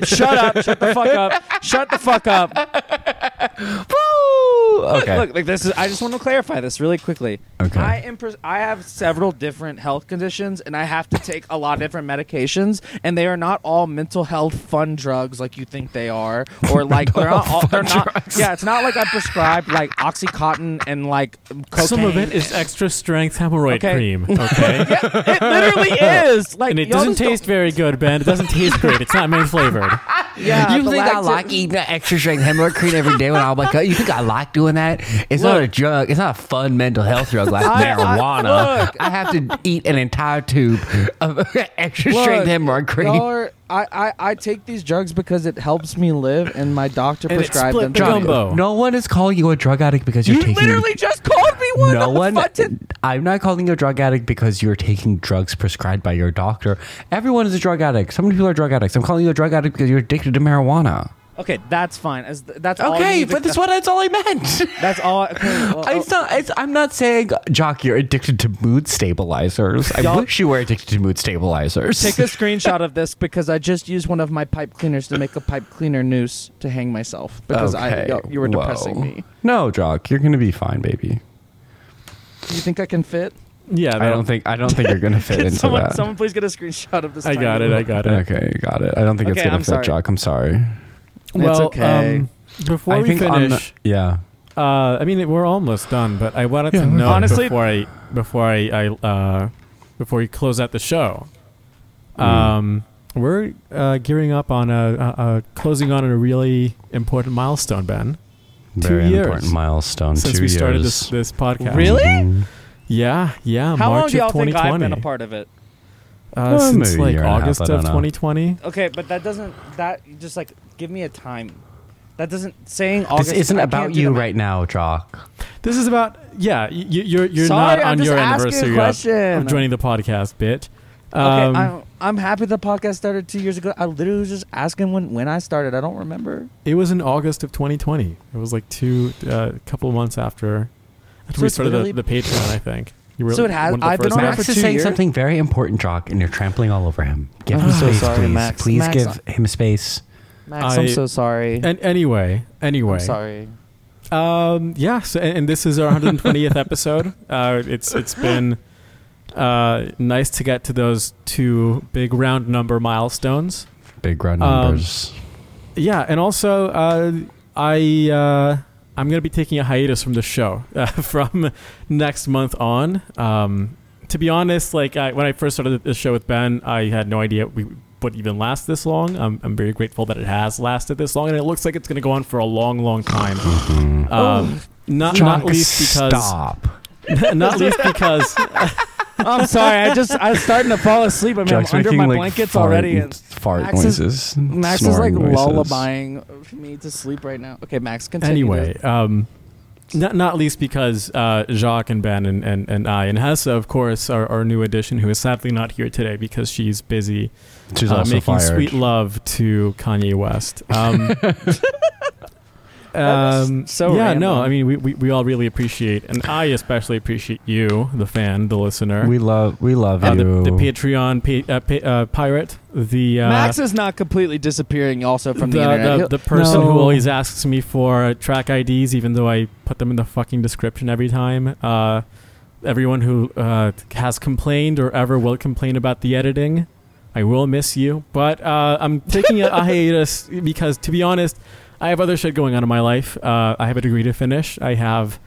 shut up. Shut the fuck up. Shut the fuck up.
Woo! Okay.
Look, like this is. I just want to clarify this really quickly.
Okay.
I am. Pres- I have several different health conditions, and I have to take a lot of different medications, and they are not all mental health fun drugs like you think they are, or like they're not. All, they're not. Yeah, it's not like I'm prescribed like OxyContin and like cocaine.
Some of it is extra strength hemorrhoid
Okay.
cream. Okay.
It literally is. Like
And it
y'all
doesn't
just don't-
taste very good, Ben. It doesn't taste great. It's not main flavored.
Yeah,
you
the
think I
lactic-
like eating that extra strength hemorrhoid cream every day when I'm like, "Oh, you think I like doing that? It's not a drug. It's not a fun mental health drug like
I- I-
marijuana.
look.
I have to eat an entire tube of extra strength hemorrhoid cream.
y'all are- I, I, I take these drugs because it helps me live, and my doctor
And it
prescribed them.
split the
to me.
gumbo. Bo.
No one is calling you a drug addict because you're
You
taking.
literally just called me one.
no
on the
one.
fucking-
I'm not calling you a drug addict because you're taking drugs prescribed by your doctor. Everyone is a drug addict. So many people are drug addicts. I'm calling you a drug addict because you're addicted to marijuana.
Okay, that's fine. As th- that's all you
Okay,
need to-
but that's what that's all I meant.
That's all. Okay, well,
It's not. It's, I'm not saying, Jock, you're addicted to mood stabilizers. I
Y'all-
wish you were addicted to mood stabilizers.
take a screenshot of this because I just used one of my pipe cleaners to make a pipe cleaner noose to hang myself because I
Okay,
yo, you were
whoa.
depressing me.
No, Jock, you're gonna be fine, baby.
Do you think I can fit?
Yeah.
I don't think. I don't think you're gonna fit
Can
into
someone,
that.
someone please get a screenshot of this.
I got it. I got it.
Okay, got it. I don't think it's
Okay,
gonna
I'm
fit,
sorry.
Jock. I'm sorry.
It's okay.
um, before
I
we
think on the-
finish,
yeah.
uh, I mean we're almost done, but I wanted
Yeah,
to
we're
know
Honestly-
before I before I, I uh, before we close out the show.
Hmm.
Um, we're uh, gearing up on a, a, a closing on a really important milestone, Ben.
Very
years.
important milestone.
Since
two
we started
years.
this this podcast,
Really?
Yeah, yeah.
How long
March
do y'all
of 2020.
think I've been a part of it?
Uh,
Well,
since
maybe a
like
year and a half,
August
I
of
don't know.
2020.
Okay, but that doesn't. That just like give me a time. That doesn't saying August.
This isn't
I
about
can't do
you
the-
right now, Jock.
This is about yeah. y- You, you're you're
Sorry,
not
I'm
on
just
your
asking a
anniversary of,
question.
of joining the podcast, bitch.
Okay,
Um,
I'm, I'm happy the podcast started two years ago. I literally was just asking when when I started. I don't remember.
it was in August of 2020. It was like two, a couple of months after, after
So
we
it's
started
really-
the, the Patreon. I think. You
So it has-
one of the
I've been
first
on it
ones.
for
Max is
two
saying
years?
something very important, Jock, and you're trampling all over him. Give him
so
space,
sorry,
please.
Max.
Please
Max,
give him space.
Max,
I-
am so sorry.
And anyway, anyway,
I'm sorry.
Um, yeah. So, and, and this is our 120th episode. Uh, it's it's been uh, nice to get to those two big round number milestones.
Big round
Um,
numbers.
Yeah, and also uh, I uh, I'm gonna be taking a hiatus from the show uh, from next month on. Um, to be honest, like I, when I first started the show with Ben, I had no idea we would even last this long. I'm, I'm very grateful that it has lasted this long, and it looks like it's going to go on for a long, long time. Um, not not least because
stop.
not least because
I'm sorry. I just I was starting to fall asleep. I mean, I'm
Jack's
under my
making, like,
blankets
fart,
already. And
fart
Max is-
noises.
Max is like
snoring noises.
lullabying me to sleep right now. Okay, Max, continue.
anyway, um, not not least because uh, Jacques and Ben and, and, and I and Hessa, of course, our, our new addition, who is sadly not here today because she's busy
She's
uh,
also
making
fired.
sweet love to Kanye West. Um, um,
so
yeah,
random.
no, I mean we, we, we all really appreciate, and I especially appreciate you, the fan, the listener,
We love, we love
uh, the,
you.
the Patreon pa- uh, pa- uh, pirate, the uh,
Max is not completely disappearing also from the,
the,
internet.
the,
He'll-
the person
No.
who always asks me for uh, track IDs, even though I put them in the fucking description every time. Uh, everyone who uh, has complained or ever will complain about the editing, I will miss you. But uh, I'm taking a, a hiatus because, to be honest, I have other shit going on in my life. Uh, I have a degree to finish. I have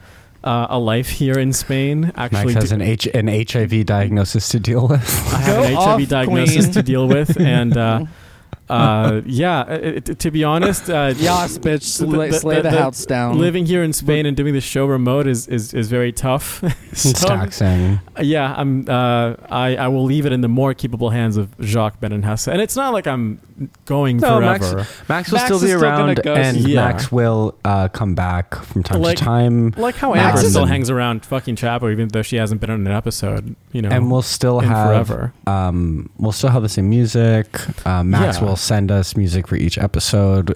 uh, a life here in Spain. Actually,
Max has
do-
an, H- an HIV diagnosis to deal with.
I have
Go
an
off,
HIV diagnosis
queen.
to deal with, and. Uh, uh, yeah, it, it- to be honest, uh,
Yas, bitch, slay,
the- the-
slay the,
the-
house down.
living here in Spain and doing the show remote is is, is very tough. So,
It's taxing.
yeah, I'm. Uh, I I will leave it in the more capable hands of Jacques Ben and Hesse. And it's not like I'm going
No, Max,
forever.
Max will
Max
still
is
be
still gonna
around,
go,
and
yeah.
Max will uh, come back from time
Like-
to time,
like how
Max
Amber
is-
still hangs around fucking Chapo, even though she hasn't been on an episode. You know,
and we'll still
in
have
forever.
um, we'll still have the same music. Uh, Max
Yeah.
will send us music for each episode.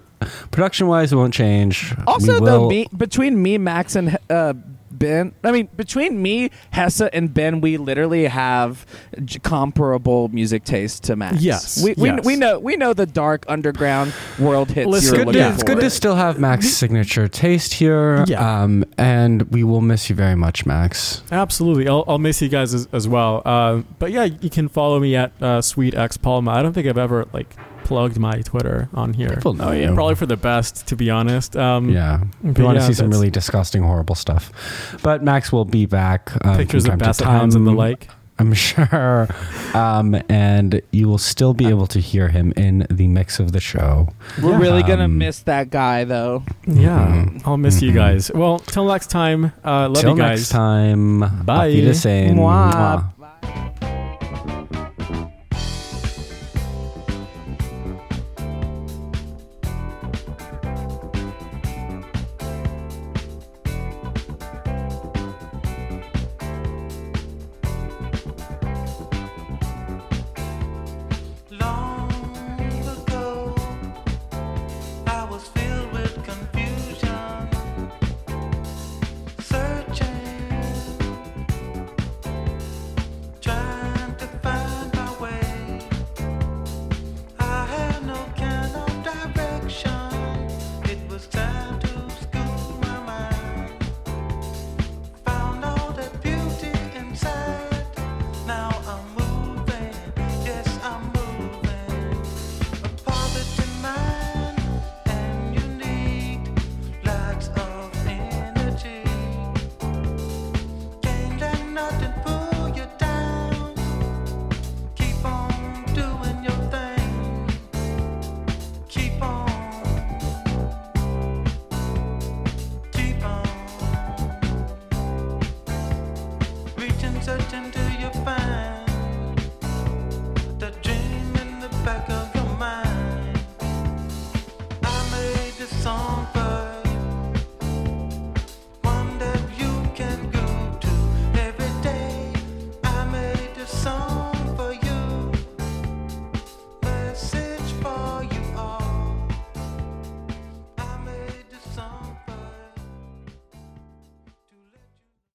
Production wise, it won't change.
also,
we
though,
will-
me, between me, Max, and uh, Ben, I mean, between me, Hessa, and Ben, we literally have j- comparable music taste to Max.
Yes,
we we,
yes.
we know we know the dark underground world hits.
Listen,
you're
Good
looking
to, it's good
for.
to still have Max's signature taste here.
Mm-hmm. Yeah.
Um, and we will miss you very much, Max.
Absolutely. I'll, I'll miss you guys as, as well. Uh, but yeah, you can follow me at uh, Sweet X Palma. I don't think I've ever like plugged my Twitter on here.
People know you.
Probably for the best, to be honest. Um,
Yeah. If
But
you want to
yeah,
see some
that's-
really disgusting, horrible stuff. But Max will be back. Um,
Pictures
from
of
time to
basset hounds and the
time,
like.
I'm sure. Um, and you will still be able to hear him in the mix of the show.
We're really gonna
Um,
miss that guy though.
Yeah,
Mhm.
I'll miss you
Mhm.
guys. Well, till next time. Uh, love
Till
you guys.
next time.
Bye.
Auf Wiedersehen.
Mwah.
Mwah.